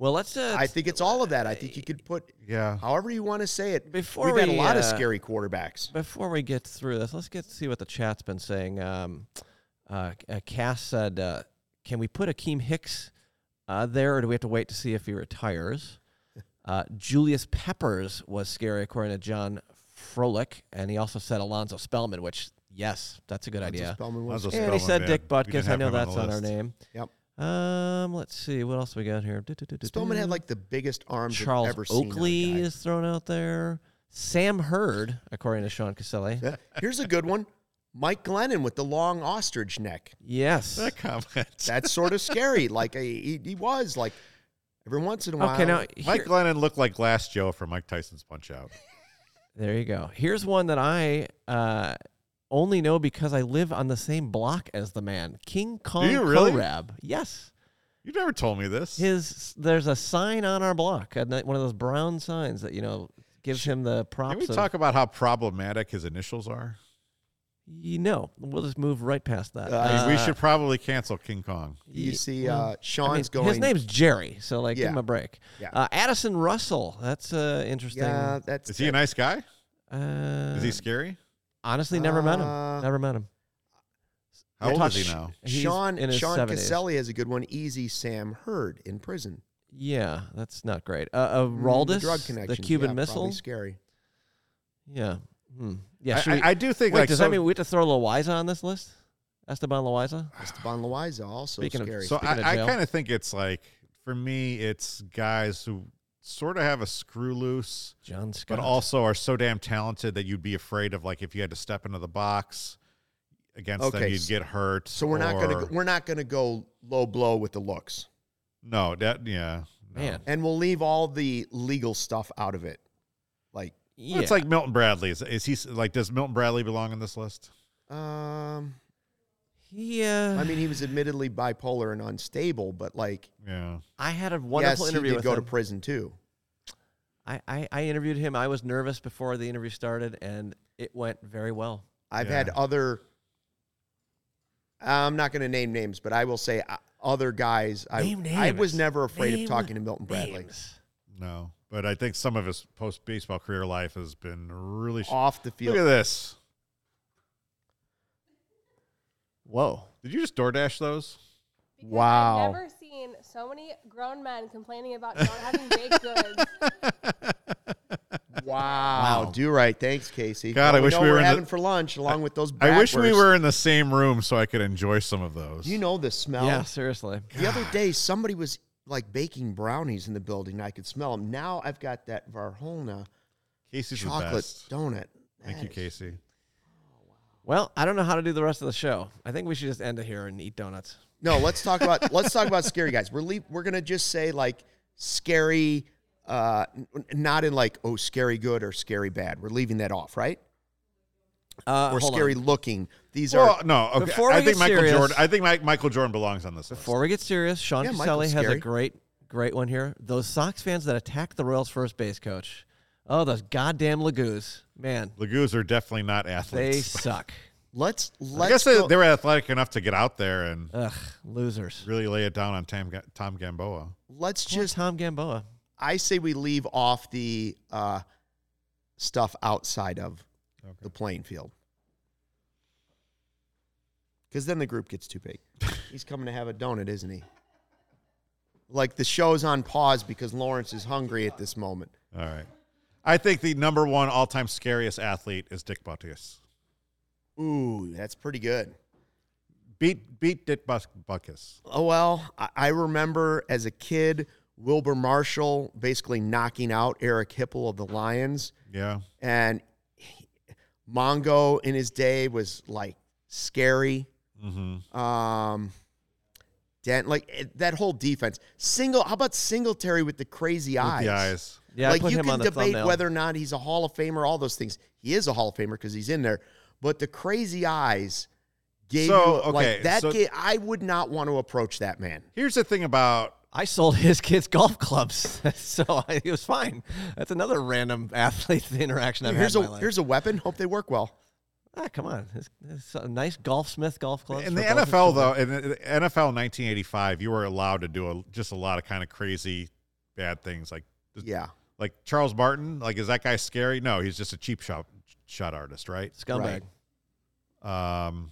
D: Well, let's. Uh,
C: I think it's all of that. I think you could put
B: yeah.
C: however you want to say it.
D: Before
C: We've had a
D: we,
C: lot of
D: uh,
C: scary quarterbacks.
D: before we get through this, let's get see what the chat's been saying. Um, uh, uh, Cass said, uh, "Can we put Akeem Hicks uh, there, or do we have to wait to see if he retires? Uh, Julius Peppers was scary, according to John Froelich, and he also said Alonzo Spellman, which, yes, that's a good idea.
C: Spellman
B: That was
C: was
B: a
D: and he
B: Spellman,
D: said
B: man.
D: Dick
B: We didn't
D: Butkus. I
B: have
D: know
B: him on
D: that's
B: the
D: on our
B: list.
D: name.
C: Yep.
D: Um, let's see what else we got here. Du-du-du-du-du.
C: Spellman had like the biggest arms I've
D: Charles
C: ever seen on a
D: Oakley
C: guy.
D: is thrown out there. Sam Hurd, according to Sean Caselli.
C: Here's a good one. Mike Glennon with the long ostrich neck.
D: yes.
B: That comment.
C: That's sort of scary. Like I- he, he was like every once in a while.
D: Okay, now
B: Mike
D: here-
B: Glennon looked like Glass Joe from Mike Tyson's Punch Out.
D: there you go. Here's one that I uh, only know because I live on the same block as the man, King Kong
B: you really?
D: Korab. Yes,
B: You never told me this.
D: his there's a sign on our block, a ni- one of those brown signs that you know gives him the props.
B: Can we
D: of-
B: talk about how problematic his initials are?
D: You know, we'll just move right past that.
C: Uh,
B: I mean, we
D: Uh,
B: should probably cancel King Kong.
C: you
D: Ye-
C: see
D: well,
C: uh, Sean's
D: I mean,
C: going.
D: His name's Jerry, so like, give
C: Yeah.
D: him a break.
C: Yeah.
D: Uh, Addison Russell. That's uh, interesting.
C: yeah, that's
B: Is he a nice guy?
D: Uh,
B: Is he scary?
D: honestly never met
C: Uh,
D: him. Never met him.
B: How old is he now?
D: He's
C: Sean
D: in his
C: Sean
D: 70s.
C: Caselli has a good one. Easy Sam Hurd in prison.
D: Yeah, that's not great. Uh, uh
C: Mm,
D: Raldis,
C: the drug
D: the,
C: connection.
D: Cuban
C: yeah,
D: missile.
C: Probably scary.
D: Yeah. Hmm.
B: I-
D: Yeah. should
B: I,
D: we-
B: I do think
D: wait,
B: like
D: does
B: so,
D: that mean we have to throw Loiza on this list? Esteban Loiza.
C: Esteban Loiza also
D: Speaking of-
C: scary.
B: so
D: Speaking of
B: I, I
D: jail.
B: kind of think it's like for me, it's guys who sort of have a screw loose,
D: John Scott.
B: but also are so damn talented that you'd be afraid of like if you had to step into the box against them,
C: Okay,
B: you'd
C: s-
B: get hurt.
C: so we're not
B: or-
C: gonna go- we're not gonna go low blow with the looks,
B: no, that yeah, no.
D: man.
C: and we'll leave all the legal stuff out of it. Like
D: Yeah.
B: It's like Milton Bradley. Is, is he s- like? Does Milton Bradley belong in this list?
C: um.
D: he. Uh,
C: I mean, he was admittedly bipolar and unstable, but like,
B: Yeah.
D: I had a wonderful
C: yes,
D: interview
C: he did
D: with
C: go
D: him.
C: to prison too.
D: I, I, I interviewed him. I was nervous before the interview started, and it went very well.
C: I've
B: Yeah.
C: had other. I'm not going to name names, but I will say uh, other guys.
D: Name
C: I, I was
D: names.
C: never afraid
D: Name
C: of talking to Milton Bradley.
D: names.
B: No, but I think some of his post baseball career life has been really. Sh-
C: Off the
B: Look at
C: field,
B: this.
D: Whoa.
B: Did you just DoorDash those?
E: Because
C: Wow.
E: I've never seen so many grown men complaining about not having baked goods.
C: wow, do right. Thanks, Casey. Oh,
B: God, I
C: we
B: wish
C: know
B: we
C: what
B: were in the-
C: having for lunch along with those.
B: I wish we
C: bratwursts.
B: were in the same room so I could enjoy some of those.
C: Do you know the smell?
D: Yeah, seriously.
C: The other day, somebody was like baking brownies in the building. and I could smell them. Now I've got that Varhona
B: Casey's the
C: chocolate
B: best.
C: donut.
B: Thank
C: That
B: you,
C: is-
B: Casey.
D: Well, I don't know how to do the rest of the show. I think we should just end it here and eat donuts.
C: No, let's talk about let's talk about scary guys. We're leave, we're gonna just say like scary, uh, n- not in like oh scary good or scary bad. We're leaving that off, right?
D: Uh,
C: Or
D: hold
C: scary
D: on.
C: looking. These
B: Well,
C: are
B: no, okay.
D: Before
B: I
D: we
B: think
D: get
B: Michael
D: serious-
B: Jordan. I think Mike, Michael Jordan belongs on this
D: Before we get serious, Sean
C: Yeah,
D: Caselli
C: Michael's
D: has a
C: scary.
D: great, great one here. Those Sox fans that attacked the Royals' first base coach. Oh, those goddamn Lagoos. Man,
B: list. Lagoos are definitely not
D: they
B: athletes.
D: suck.
C: let's
B: I
C: let's
B: guess they,
C: go- Uh.
B: they were athletic enough to get out there and
D: Ugh, losers.
B: really lay it down on Tam, Ga- Tom Gamboa.
C: let's
D: Poor
C: just.
D: Tom Gamboa.
C: I say we leave off the uh, stuff outside of the playing field because then the group gets too big. He's coming to have a donut, isn't he? Like the show's on pause because Lawrence is hungry at this moment.
B: All right. I think the number one all time scariest athlete is Dick Butkus.
C: Ooh, that's pretty good.
B: Beat beat Dick Bus- Butkus.
C: Oh well, I, I remember as a kid Wilbur Marshall basically knocking out Eric Hipple of the Lions,
B: Yeah.
C: and he- Mongo in his day was like scary.
B: Mm-hmm.
C: Um, Dan, like eh, that whole defense. Single, how about Singletary with the crazy eyes?
B: The eyes.
D: Yeah,
C: like
D: I put
C: you
D: him
C: can
D: on the
C: debate
D: thumbnail.
C: whether or not he's a Hall of Famer, all those things. He is a Hall of Famer because he's in there. But the crazy eyes gave
B: So,
C: you
B: okay,
C: like that.
B: so-
C: ga- I would not want to approach that man.
B: Here's the thing about
D: I sold his kids golf clubs, so I, he was fine. That's another random athlete interaction I've
C: Here's
D: had.
C: a
D: in my life.
C: here's a weapon. Hope they work well.
D: ah, come on, it's, it's a nice golfsmith golf club.
B: in the NFL though, in the the NFL 1985, you were allowed to do a, just a lot of kind of crazy, bad things like
C: Yeah,
B: like Charles Barton. Like, is that guy scary? No, he's just a cheap shot shot artist, right?
D: scumbag.
C: Right.
B: Um,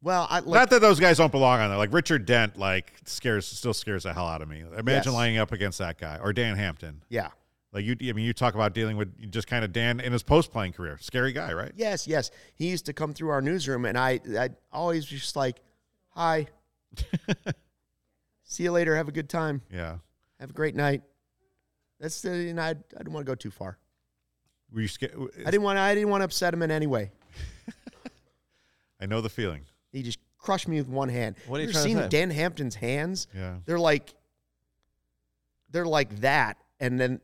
C: Well, I like,
B: Not that those guys don't belong on there. Like Richard Dent, like scares still scares the hell out of me. Imagine
C: Yes.
B: lining up against that guy or Dan Hampton.
C: yeah.
B: Like you, I mean, you talk about dealing with just kind of Dan in his post playing career. Scary guy, right?
C: Yes, yes. He used to come through our newsroom, and I, I always just like, hi. See you later. Have a good time.
B: Yeah.
C: Have a great night. That's the, and I, I didn't want to go too far.
B: Were you scared?
C: I didn't want, I didn't want to upset him in any way.
B: I know the feeling.
C: He just crushed me with one hand.
D: What are you
C: You've
D: trying to
C: seen
D: say?
C: Dan Hampton's hands?
B: Yeah.
C: They're like, they're like that, and then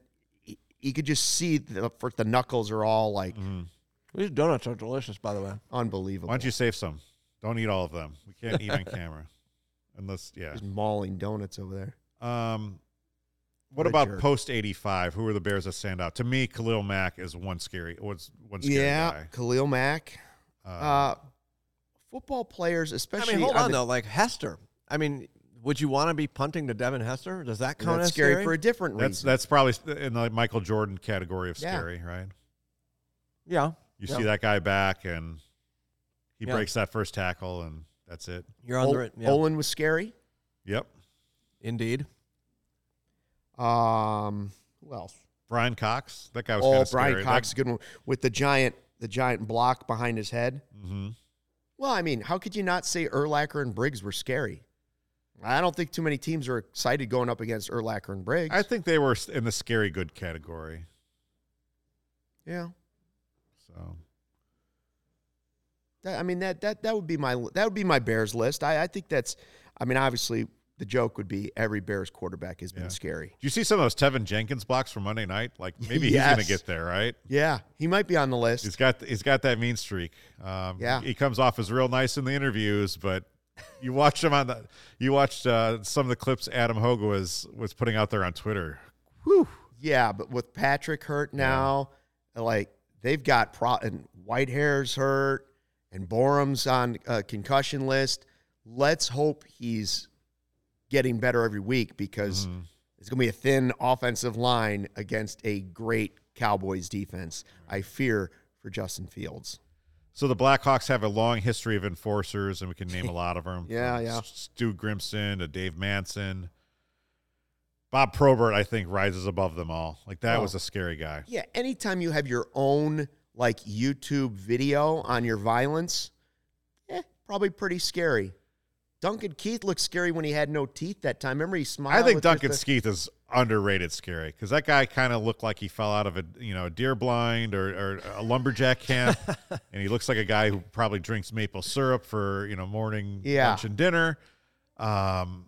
C: y- you could just see the for the knuckles are all like
D: These donuts are delicious, by the way.
C: unbelievable.
B: Mm-hmm. Why don't you save some? Don't eat all of them. We can't eat on camera, unless yeah.
C: Just mauling donuts over there.
B: Um, what
C: What a
B: about
C: jerk.
B: post eighty five? Who are the Bears that stand out? To me, Khalil Mack is one scary. Was one scary
C: Yeah, Khalil Mack.
B: guy.
C: Uh,
B: Uh,
C: football players,
D: I
C: especially
D: mean, hold
C: on
D: on
C: the-
D: though. Like Hester. I mean, would you want to be punting to Devin Hester? Does
C: and
D: that count
C: that's
D: as
C: scary,
D: scary?
C: for a different
B: that's
C: reason.
B: that's probably in the Michael Jordan category of
C: Yeah.
B: scary, right?
D: yeah.
B: You
D: yeah.
B: see that guy back, and he
D: Yeah.
B: breaks that first tackle, and that's it.
D: You're on the
C: Ol-
D: right. Yeah.
C: Olin was scary.
B: Yep.
D: Indeed.
C: Um, who else?
B: Brian Cox. That guy was kind
C: Oh,
B: of scary.
C: Brian Cox, is a good one with the giant, the giant block behind his head.
B: hmm
C: Well, I mean, how could you not say Erlacher and Briggs were scary? I don't think too many teams are excited going up against Erlacher and Briggs.
B: I think they were in the scary good category.
C: yeah,
B: So
C: That- I mean that that that would be my that would be my Bears list. I, I think that's. I mean, obviously, the joke would be every Bears quarterback has been
B: Yeah.
C: scary.
B: Do you see some of those Tevin Jenkins blocks from Monday night? Like maybe he's
C: Yes.
B: going to get there, right?
C: Yeah, he might be on the list.
B: He's got he's got that mean streak. Um,
C: Yeah.
B: he comes off as real nice in the interviews, but you watch him on the you watched uh, some of the clips Adam Hogue was was putting out there on Twitter.
C: Yeah, but with Patrick hurt now, like they've got pro and Whitehair's hurt and Borum's on a concussion list. Let's hope he's getting better every week because it's going to be a thin offensive line against a great Cowboys defense. I fear for Justin Fields.
B: So the Blackhawks have a long history of enforcers, and we can name a lot of them.
C: Yeah,
B: From
C: yeah.
B: S- Stu Grimson to Dave Manson. Bob Probert, I think, rises above them all. Like that
C: Oh.
B: was a scary guy.
C: Yeah, anytime you have your own like YouTube video on your violence, eh, probably pretty scary. Duncan Keith looked scary when he had no teeth that time. Remember he smiled.
B: I think
C: with just
B: Duncan
C: the-
B: Skeeth is underrated scary because that guy kind of looked like he fell out of a you know a deer blind or, or a lumberjack camp, and he looks like a guy who probably drinks maple syrup for you know morning
C: Yeah.
B: lunch and dinner. Um,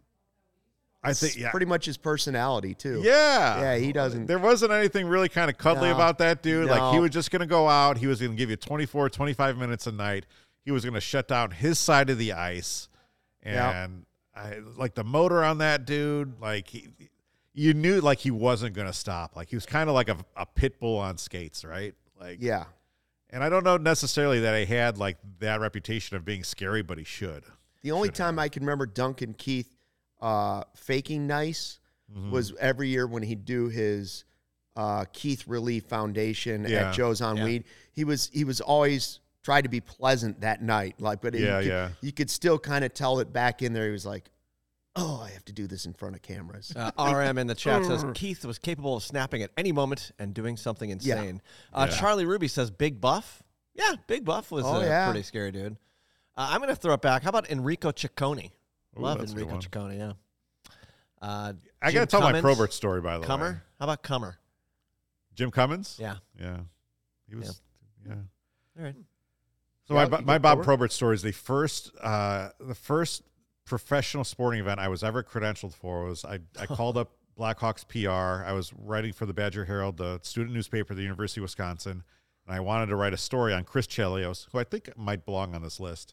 B: I think
C: it's
B: yeah,
C: pretty much his personality too.
B: yeah,
C: Yeah, he doesn't-
B: There wasn't anything really kind of cuddly
C: No.
B: about that dude. Like he
C: No.
B: was just gonna go out. He was gonna give you 24, 25 minutes a night. He was gonna shut down his side of the ice,
C: Yep.
B: and I like the motor on that dude. Like he, you knew like he wasn't gonna stop. Like he was kind of like a, a pit bull on skates, right? Like
C: Yeah.
B: And I don't know necessarily that he had like that reputation of being scary, but he should.
C: The only time I can remember Duncan Keith uh, faking nice
B: Mm-hmm.
C: was every year when he'd do his uh, Keith Relief Foundation
B: Yeah.
C: at Joe's on
D: Yeah.
C: Weed. He was he was always tried to be pleasant that night, like but
B: Yeah,
C: you could,
B: yeah.
C: you could still kind of tell it back in there. He was like, "Oh, I have to do this in front of cameras."
D: Uh, RM in the chat says Keith was capable of snapping at any moment and doing something insane. Uh,
B: Yeah.
D: Charlie Ruby says Big Buff. Yeah, Big Buff was
C: Oh,
D: uh,
C: yeah.
D: pretty scary, dude. Uh, I'm gonna throw it back. How about Enrico Ciccone?
B: Ooh,
D: Love
B: that's a good
D: Enrico
B: one.
D: Ciccone. Yeah. Uh,
B: I
D: Jim
B: gotta tell my
D: Cummins?
B: Probert story by the way.
D: Cummer. How about Cummer?
B: Jim Cummins.
D: Yeah.
B: Yeah. He was yeah.
D: All right.
B: So
C: Yeah,
B: my,
C: you
B: my
C: go
B: Bob
C: forward.
B: Probert story is the first uh, the first professional sporting event I was ever credentialed for was I, I called up Blackhawks PR. I was writing for the Badger Herald, the student newspaper at the University of Wisconsin, and I wanted to write a story on Chris Chelios, who I think might belong on this list,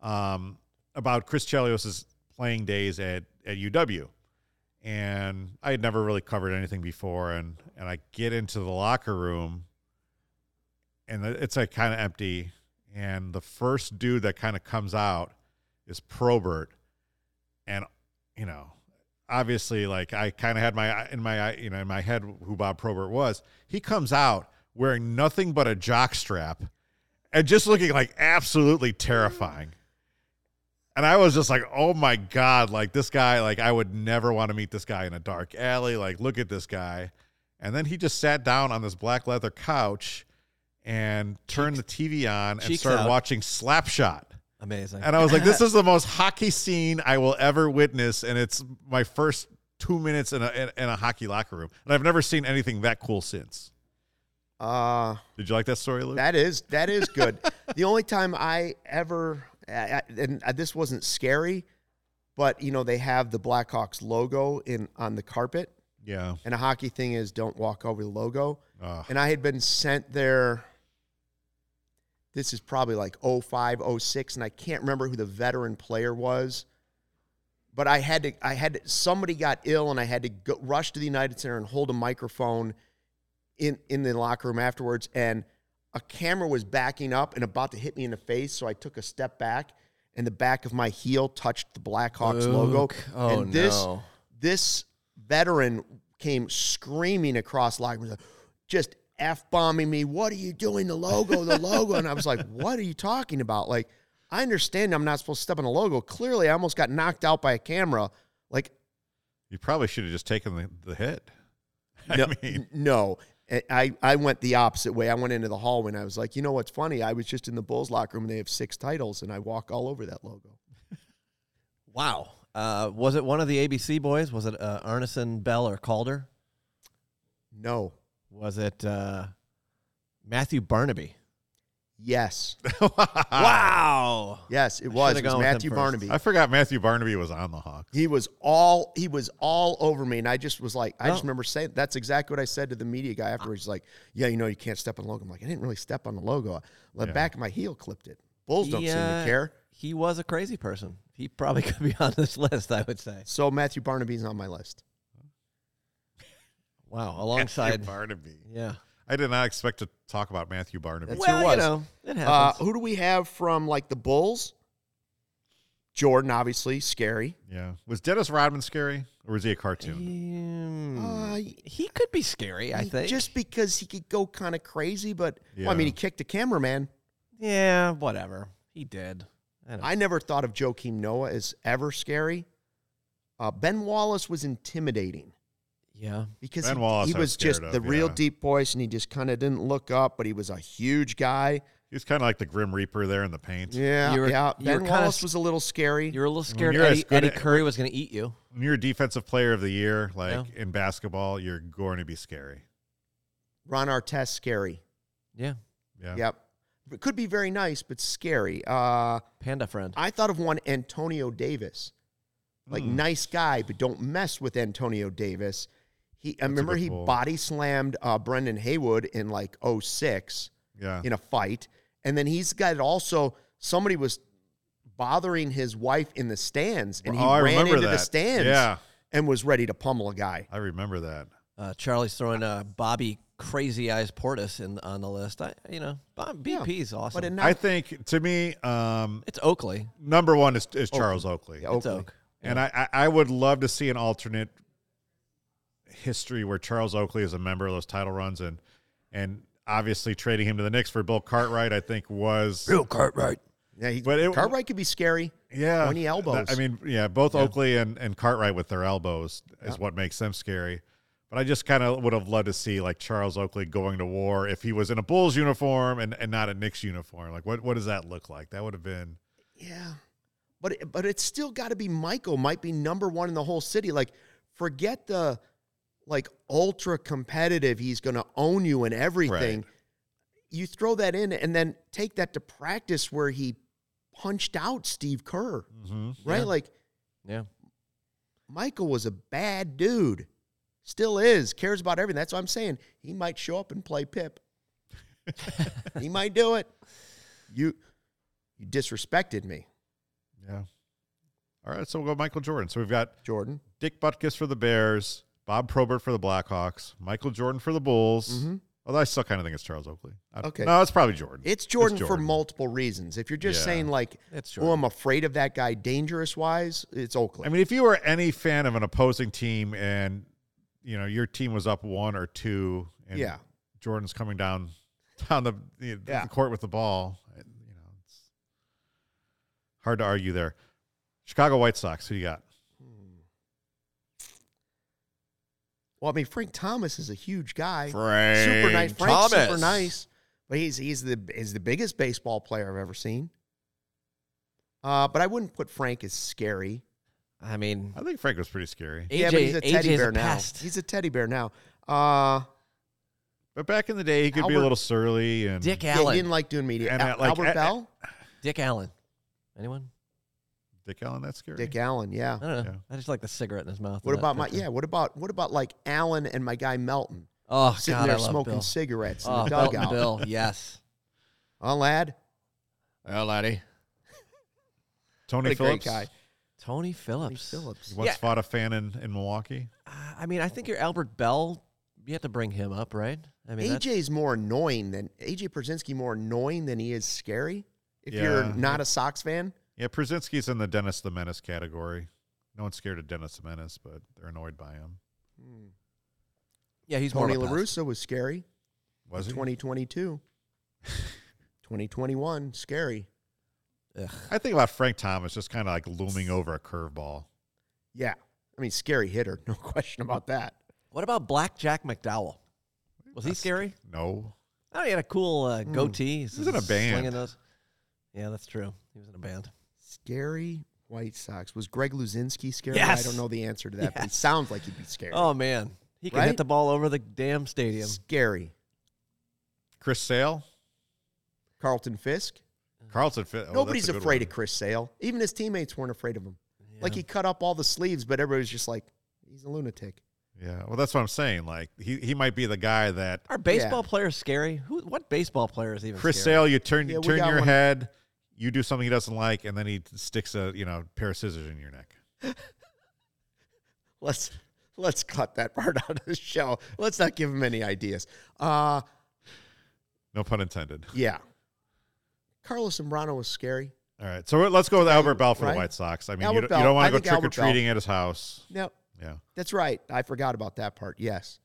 B: um, about Chris Chelios's playing days at at UW and I had never really covered anything before. And and I get into the locker room, and it's like kind of empty. And the first dude that kind of comes out is Probert, and you know, obviously, like I kind of had my in my you know in my head who Bob Probert was. He comes out wearing nothing but a jock strap and just looking like absolutely terrifying. And I was just like, oh my God, like this guy, like I would never want to meet this guy in a dark alley. Like, look at this guy. And then he just sat down on this black leather couch and turned the TV on and
D: Cheeks
B: started
D: out.
B: watching Slapshot.
D: Amazing.
B: And I was like, this is the most hockey scene I will ever witness. And it's my first two minutes in a, in, in a hockey locker room. And I've never seen anything that cool since.
C: Uh,
B: Did you like that story, Luke?
C: That is that is good. the only time I ever I- I- and uh, this wasn't scary, but you know they have the Blackhawks logo in on the carpet,
B: yeah.
C: and a hockey thing is don't walk over the logo.
B: Ugh.
C: And I had been sent there. This is probably like 05, 06, and I can't remember who the veteran player was. But I had to, I had to, somebody got ill, and I had to go, rush to the United Center and hold a microphone in in the locker room afterwards. And a camera was backing up and about to hit me in the face, so I took a step back, and the back of my heel touched the Blackhawks logo.
D: Luke. Oh,
C: and this,
D: no.
C: this veteran came screaming across locker room, just f bombing me. What are you doing? The logo, the logo, and I was like, "What are you talking about?" Like, I understand I'm not supposed to step on a logo. Clearly, I almost got knocked out by a camera. Like,
B: You probably should have just taken the, the hit.
C: no,
B: I mean,
C: n- no. And I, I went the opposite way. I went into the hallway and I was like, you know what's funny? I was just in the Bulls locker room and they have six titles and I walk all over that logo.
D: Wow. Uh, was it one of the ABC boys? Was it uh, Arneson, Bell, or Calder?
C: No.
D: Was it uh, Matthew Barnaby?
C: Yes.
B: Ah.
D: Wow.
C: Yes, it
D: I
C: was.
D: should've
C: It was
D: gone with him
C: Matthew
D: first.
C: Barnaby.
B: I forgot Matthew Barnaby was on the Hawks.
C: He was all he was all over me, and I just was like, I just
D: No.
C: remember saying that's exactly what I said to the media guy afterwards. He's like, yeah, you know, you can't step on the logo. I'm like, I didn't really step on the logo. The
B: Yeah.
C: back of my heel clipped it. Bulls don't
D: He,
C: seem to
D: uh,
C: care.
D: He was a crazy person. He probably could be on this list, I would say.
C: So Matthew Barnaby's on my list.
D: Wow.
B: Matthew
D: Alongside.
B: Barnaby.
D: Yeah.
B: I did not expect to talk about Matthew Barnaby.
C: That's who it was.
D: You know, it
C: Uh,
D: happens.
C: who do we have from like the Bulls? Jordan, obviously, scary.
B: yeah. Was Dennis Rodman scary or was he a cartoon?
D: Hmm.
C: Uh,
D: he could be scary, I
C: He-
D: think.
C: Just because he could go kind of crazy, but well, I mean,
B: Yeah.
C: he kicked a cameraman.
D: yeah, whatever. He did. I don't
C: I never thought of Joakim Noah as ever scary. Uh, ben Wallace was intimidating
D: yeah.
C: because
B: Ben
C: he,
B: Wallace
C: he
B: I was
C: was just
B: scared
C: the
B: of,
C: real
B: yeah.
C: deep voice and he just kind of didn't look up, but he was a huge guy.
B: He's kind of like the Grim Reaper there in the paint.
C: Yeah,
D: You were-
C: yeah.
D: you
C: Ben
D: were kinda
C: Wallace
D: s-
C: was a little scary.
D: You were a little scared
B: you're as
D: Eddie,
B: good
D: Eddie
B: at-
D: Curry was going to eat you.
B: When you're a defensive player of the year, like
D: Yeah.
B: in basketball, you're going to be scary.
C: Ron Artest, scary.
D: Yeah.
B: Yeah.
C: Yep. But could be very nice, but scary. Uh,
D: Panda friend.
C: I thought of one Antonio Davis, like
B: Hmm.
C: nice guy, but don't mess with Antonio Davis. He, I
B: a
C: remember
B: good
C: he
B: pull.
C: body slammed uh, Brendan Haywood in like 06
B: Yeah.
C: in a fight, and then he's got also somebody was bothering his wife in the stands, and he
B: Oh, I
C: ran
B: remember
C: into the
B: that.
C: stands,
B: Yeah.
C: and was ready to pummel a guy.
B: I remember that.
D: Uh, Charlie's throwing uh, Bobby Crazy Eyes Portis in on the list. I, you know, Bob,
C: Yeah.
D: BP's awesome.
C: But it
B: I think to me, um,
D: it's Oakley.
B: number one is, is Charles Oakley.
C: Yeah,
D: It's
C: Oakley.
D: Oak.
B: And I, I I would love to see an alternate history where Charles Oakley is a member of those title runs and and obviously trading him to the Knicks for Bill Cartwright, I think was
D: Bill Cartwright.
C: yeah, he,
B: But it-
C: Cartwright could be scary.
B: yeah
C: pointy elbows.
B: I mean, yeah, both Oakley and, and Cartwright with their elbows is what makes them scary. But I just kind of would have loved to see like Charles Oakley going to war if he was in a Bulls uniform and, and not a Knicks uniform. Like what what does that look like? That would have been
C: Yeah. But it- but it's still got to be Michael might be number 1 in the whole city. Like forget the like ultra competitive he's going to own you and everything.
B: Right.
C: You throw that in and then take that to practice where he punched out Steve Kerr. Right? Like
D: Yeah.
C: Michael was a bad dude. Still is. Cares about everything. That's what I'm saying. He might show up and play Pip. he might do it. You you disrespected me,
B: yeah. All right, so we'll go Michael Jordan. So we've got
C: Jordan.
B: Dick Butkus for the Bears, Bob Probert for the Blackhawks, Michael Jordan for the Bulls. Although I still kind of think it's Charles Oakley. I-
C: Mm-hmm. Okay.
B: No, it's probably Jordan.
C: It's Jordan, for multiple reasons. If you're just
B: Yeah.
C: saying like,
D: It's Jordan.
C: "Oh, I'm afraid of that guy," dangerous wise, it's
B: I
C: Oakland.
B: mean, if you were any fan of an opposing team and you know your team was up one or two, and
C: Yeah.
B: Jordan's coming down down the, the,
C: Yeah.
B: the court with the ball, and, you know, it's hard to argue there. Chicago White Sox. Who you got?
C: Well, I mean, Frank Thomas is a huge guy.
H: Frank
C: super nice. Frank's super
H: Thomas.
C: nice, but he's he's the is the biggest baseball player I've ever seen. Uh, but I wouldn't put Frank as scary.
D: I mean,
B: I think Frank was pretty scary.
D: AJ,
C: yeah, but he's a teddy
D: AJ's
C: bear
D: a
C: now.
D: pest.
C: He's a teddy bear now. Uh,
B: But back in the day, he could be a
C: Albert-
B: little surly and
D: Dick
C: yeah, he
D: Allen.
C: didn't like doing media.
B: And
C: Al-
B: that, like,
C: Albert
B: a- a-
C: Bell,
D: Dick Allen. Anyone?
B: Dick Allen. That's scary.
C: Dick Allen. Yeah.
D: I don't know.
B: Yeah.
D: I just like the cigarette in his mouth.
C: What
D: and that
C: about my?
D: picture.
C: Yeah. What about what about like Allen and my guy Melton
D: Oh
C: sitting
D: God, I
C: there
D: love
C: smoking
D: Bill.
C: cigarettes
D: Oh,
C: in the
D: Belton
C: dugout?
D: Bill. Yes.
C: Oh, lad,
H: Well, laddie.
B: Tony
C: what a great
B: Phillips.
C: guy. Tony
D: Tony Phillips.
C: Phillips.
B: Once
D: Yeah.
B: fought a fan in, in Milwaukee.
D: Uh, I mean, I think your Albert Bell. You have to bring him up, right? I mean, that's-
C: AJ's more annoying than AJ Przinsky more annoying than he is scary. If you're
B: Yeah.
C: not a Sox fan,
B: Yeah, Przinski's in the Dennis the Menace category. No one's scared of Dennis the Menace, but they're annoyed by him.
D: yeah, he's
C: Tony
D: more
C: La
D: of a pest.
C: Russa was scary.
B: Was he?
C: 2022, 2021, scary.
B: I think about Frank Thomas just kind of like looming over a curveball.
C: Yeah, I mean, scary hitter, no question about that.
D: What about Black Jack McDowell? Was he
B: That's-
D: scary?
B: No.
D: I don't. He had a cool
C: Hmm.
D: uh, goatee. He's
B: He was in a
D: just
B: band.
D: slinging those. Yeah, that's true. He was in a band.
C: Scary White Sox was Greg Luzinski scary. I
D: Yes.
C: don't know the answer to that, but it
D: Yes.
C: sounds like he'd be scary.
D: Oh man, he can
C: Right?
D: hit the ball over the damn stadium.
C: scary.
B: Chris Sale?
C: Carlton Fisk.
B: Carlton oh, Fit.
C: Uh, Nobody's afraid of Chris Sale. Even his teammates weren't afraid of him. Like he cut up all the sleeves, but everybody was just like, he's a lunatic.
B: Yeah. Well, that's what I'm saying. Like, he, he might be the guy that
D: Are baseball players scary? Who? What baseball player is even
B: Chris
D: scary?
B: Sale, you turn
C: Yeah, we
B: turn
C: got
B: your
C: one.
B: head, you do something he doesn't like, and then he sticks a you know pair of scissors in your neck.
C: let's let's cut that part out of the show. Let's not give him any ideas. Uh
B: No pun intended.
C: yeah. Carlos Zambrano was scary.
B: All right, so let's go with Albert Bell for
C: right?
B: the White Sox. I mean, you
C: Albert
B: don't,
C: Bell.
B: you don't
C: I
B: want to go
C: think
B: trick or
C: Albert
B: treating at his house.
C: No,
B: Yeah,
C: that's right. I forgot about that part. Yes.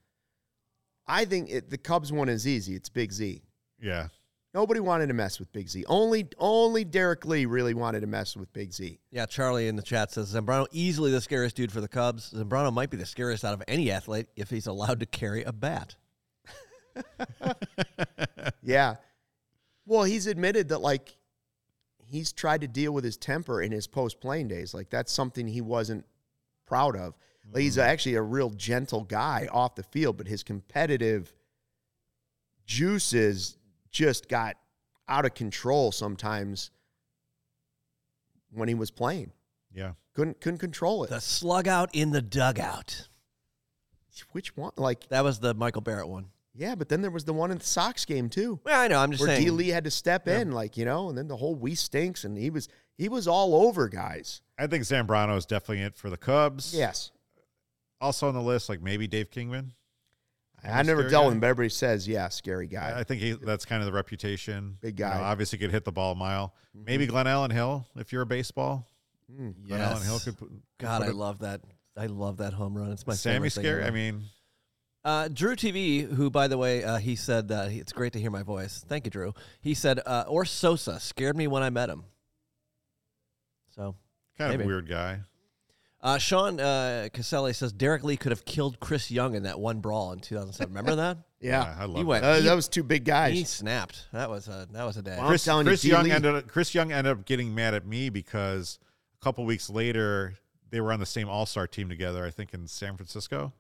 C: I think it, the Cubs one is easy. It's Big Z.
B: yeah.
C: Nobody wanted to mess with Big Z. Only only Derek Lee really wanted to mess with Big Z.
D: Yeah, Charlie in the chat says Zambrano easily the scariest dude for the Cubs. Zambrano might be the scariest out of any athlete if he's allowed to carry a bat.
C: Yeah. Well, he's admitted that like he's tried to deal with his temper in his post playing days. Like that's something he wasn't proud of. Like, he's actually a real gentle guy off the field, but his competitive juices just got out of control sometimes when he was playing.
B: Yeah.
C: Couldn't couldn't control it.
D: The slug out in the dugout.
C: Which one? Like
D: That was the Michael Barrett one.
C: yeah, but then there was the one in the Sox game too.
D: Well, I know. I'm just
C: where
D: saying.
C: D Lee had to step in, like you know, and then the whole we stinks, and he was he was all over guys.
B: I think Zambrano is definitely it for the Cubs.
C: Yes,
B: Also on the list, like maybe Dave Kingman.
C: I,
B: a
C: never
B: scary
C: dealt
B: guy?
C: with him, but everybody says, yeah, scary
B: I,
C: guy.
B: I think he, that's kind of the reputation.
C: Big
B: You know,
C: guy. Mm-hmm.
B: obviously, could hit the ball a mile. Maybe Glenn Allen Hill, if you're a baseball. Glenn Allen
D: Yes.
B: Hill could. Put,
D: God,
B: put
D: I
B: it-
D: love that. I love that home run. It's my
B: Sammy
D: favorite thing
B: Scary.
D: ever.
B: I mean,
D: Uh, Drew TV, who by the way, uh, he said that he, it's great to hear my voice. Thank you, Drew. He said, uh, or Sosa scared me when I met him. So,
B: kind of
D: Maybe.
B: weird guy.
D: uh, Sean uh, Caselli says Derek Lee could have killed Chris Young in that one brawl in 2007. Remember that?
C: Yeah,
B: I love.
D: he
B: it.
D: went.
C: Uh,
D: he,
C: that was two big guys.
D: he snapped. That was a that was a day.
C: Wow. I'm
B: Chris,
C: telling you,
B: Chris
C: D.
B: Young
C: Lee-
B: ended up, Chris Young ended up getting mad at me because a couple weeks later they were on the same All Star team together, I think in San Francisco,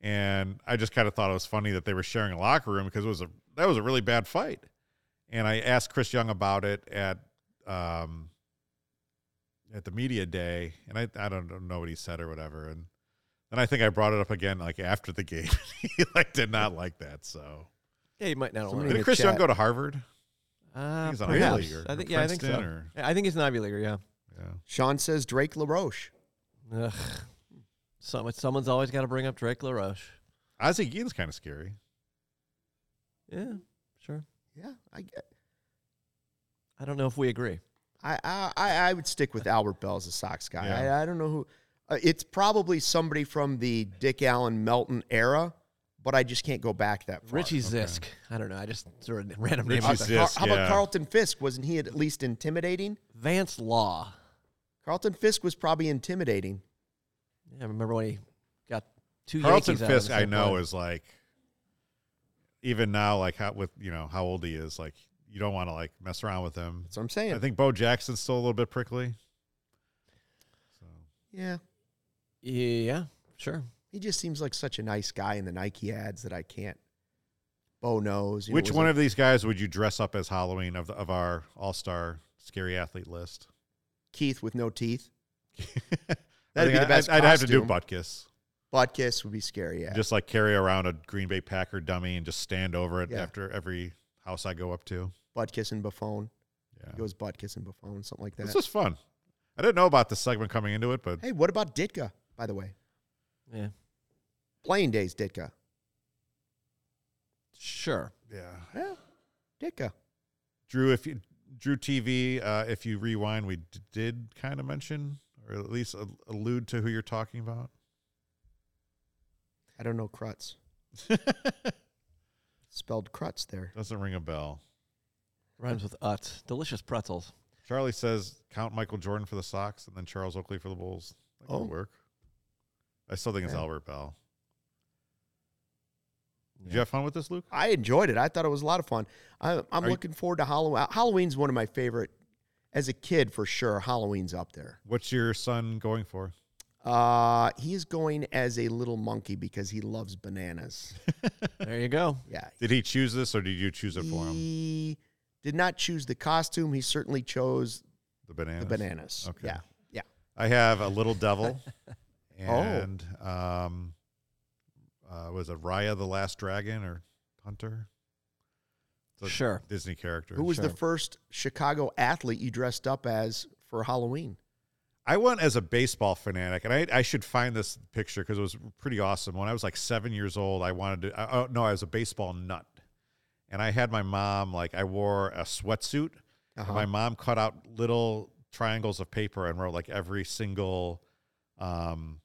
B: and I just kind of thought it was funny that they were sharing a locker room because it was a that was a really bad fight, and I asked Chris Young about it at um at the media day, and I I don't know what he said or whatever, and then I think I brought it up again like after the game. he like did not like that, so.
D: Yeah, you might not
C: Somebody
D: learn.
C: the
B: Did Chris Young
C: chat.
B: go to Harvard?
D: Uh,
B: he's an
D: perhaps.
B: Ivy Leaguer,
D: I
B: or
D: think yeah, I think so.
B: Princeton, or-
D: I think he's an Ivy Leaguer. Yeah.
B: Yeah.
C: Sean says Drake LaRoche.
D: Ugh. Some, someone's always got to bring up Drake LaRoche.
B: Ozzie Guillen's kind of scary.
D: Yeah, sure.
C: Yeah, I, get-
D: I don't know if we agree.
C: I I I I would stick with Albert Bell as a Sox guy.
B: Yeah.
C: I, I don't know who. Uh, it's probably somebody from the Dick Allen Melton era, but I just can't go back that far.
D: Richie Zisk. I don't know. I just threw a random name
B: Richie
D: out
C: How
D: there.
C: about,
B: Zisk,
C: Car- how about
B: yeah.
C: Carlton Fisk? Wasn't he at least intimidating?
D: Vance Law.
C: Carlton Fisk was probably intimidating.
D: Yeah, I remember when he got two
B: Carlton
D: Yankees out of
B: Fisk,
D: the
B: I
D: same
B: know,
D: play.
B: is like even now, like how with you know how old he is, like you don't want to like mess around with him.
C: That's what I'm saying.
B: I think Bo Jackson's still a little bit prickly. So
C: yeah.
D: Yeah, sure.
C: He just seems like such a nice guy in the Nike ads that I can't. Bo knows. you know,
B: Which
C: was
B: one
C: a-
B: of these guys would you dress up as Halloween of the, of our All Star Scary Athlete list?
C: Keith with no teeth?
B: I
C: That'd be
B: think
C: the best
B: I'd, I'd have to do
C: costume.
B: Butkus.
C: Butt kiss would be scary. Yeah.
B: Just like carry around a Green Bay Packer dummy and just stand over it
C: Yeah.
B: after every house I go up to.
C: butt kiss and Buffon. He
B: Yeah,
C: goes butt kiss and Buffon, something like
B: this
C: that.
B: was fun. I didn't know about this segment coming into it, but
C: hey, what about Ditka, by the way?
D: Yeah,
C: Playing days, Ditka.
D: sure.
B: yeah,
C: Yeah. Ditka.
B: Drew, if you Drew TV, uh, if you rewind, we d- did kind of mention or at least al- allude to who you're talking about.
C: I don't know Krutz. Spelled Krutz there.
B: Doesn't ring a bell.
D: Rhymes with ut. Delicious pretzels.
B: Charlie says count Michael Jordan for the Sox and then Charles Oakley for the Bulls. That could
C: Oh.
B: work. I still think it's
C: Yeah.
B: Albert Bell. Did
D: Yeah.
B: you have fun with this, Luke?
C: I enjoyed it. I thought it was a lot of fun. I, I'm
B: Are you-
C: looking forward to Halloween. Halloween's one of my favorite. As a kid, for sure, Halloween's up there.
B: What's your son going for?
C: Uh, he is going as a little monkey because he loves bananas.
D: There you go.
C: Yeah.
B: Did he choose this or did you choose it for him?
C: He did not choose the costume. He certainly chose
B: The bananas.
C: the bananas.
B: Okay.
C: Yeah. Yeah.
B: I have a little devil
C: Oh.
B: and um uh was it Raya the Last Dragon or Hunter? It's a
D: Sure.
B: Disney character.
C: Who was the
D: sure.
C: first Chicago athlete you dressed up as for Halloween?
B: I went as a baseball fanatic, and I, I should find this picture because it was pretty awesome. When I was like seven years old, I wanted to. I, oh, no, I was a baseball nut, and I had my mom like I wore a sweatsuit. and
C: Uh-huh.
B: My mom cut out little triangles of paper and wrote like every single um,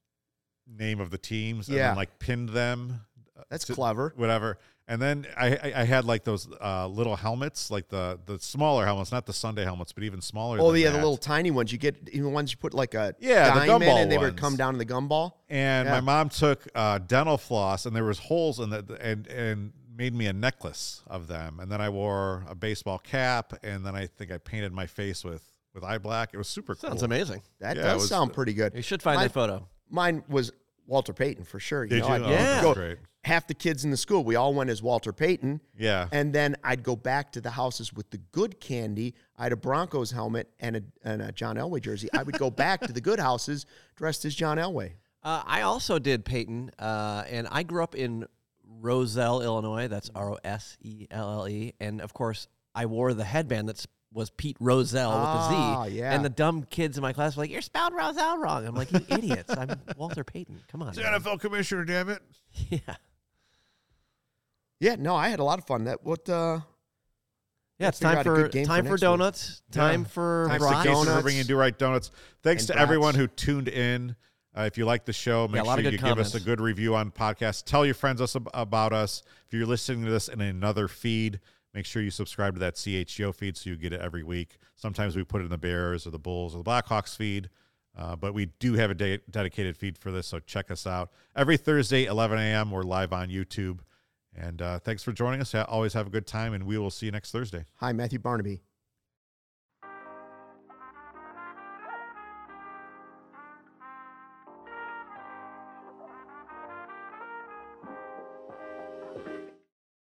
B: name of the teams, and
C: Yeah.
B: then, like pinned them
C: That's
B: to-
C: clever.
B: whatever. And then I, I, I had like those uh, little helmets, like the the smaller helmets, not the Sunday helmets, but even smaller.
C: Oh,
B: than
C: yeah, the
B: that.
C: little tiny ones you get, even ones you put like a
B: Yeah, the
C: dime in
B: gumball
C: and they would
B: ones.
C: come down to the gumball.
B: and
C: Yeah.
B: my mom took uh, dental floss and there was holes in the and and made me a necklace of them and then i wore a baseball cap and then i think i painted my face with with eye black it was super
D: Sounds
B: cool
D: amazing.
C: That
B: Yeah, it
C: does
B: was-
C: sound pretty good.
D: You should find
C: My-
D: that photo.
C: Mine was Walter Payton for sure.
B: did you
C: know, I'd
B: Oh,
D: Yeah.
B: that's
C: go-
B: great
C: half the kids in the school, we all went as Walter Payton.
B: yeah
C: And then I'd go back to the houses with the good candy. I had a Broncos helmet and a, and a John Elway jersey. I would go back to the good houses dressed as John Elway.
D: Uh, I also did Peyton, uh, and I grew up in Roselle, Illinois. That's R O S E L L E, and of course, I wore the headband that was Pete Roselle
C: Ah,
D: with a Z.
C: yeah.
D: And the dumb kids in my class were like, "You're spelled Roselle wrong." I'm like, "You idiots! I'm Walter Payton. Come on."
B: It's the
D: man."
B: nfl commissioner damn it
D: yeah,
C: Yeah, no, I had a lot of fun. That what uh
D: yeah. It's
C: figure
D: time
C: out a
D: for
C: good game for
D: time for,
C: next week.
D: donuts. Time
B: Yeah.
D: for
B: thanks
D: brats.
B: to Casey for
C: Donuts.
B: bringing do right donuts thanks
C: And
B: to everyone
C: brats.
B: who tuned in uh, if you like the show make
D: a lot
B: sure
D: of
B: you
D: good
B: give us
D: comments.
B: a good review on podcast tell your friends us ab- about us if you're listening to this in another feed make sure you subscribe to that CHGO feed so you get it every week. Sometimes we put it in the Bears or the Bulls or the Blackhawks feed, uh, but we do have a de- dedicated feed for this, so check us out. Every Thursday, 11 a.m., we're live on YouTube. And uh, thanks for joining us. Ha- Always have a good time, and we will see you next Thursday.
C: hi Matthew Barnaby.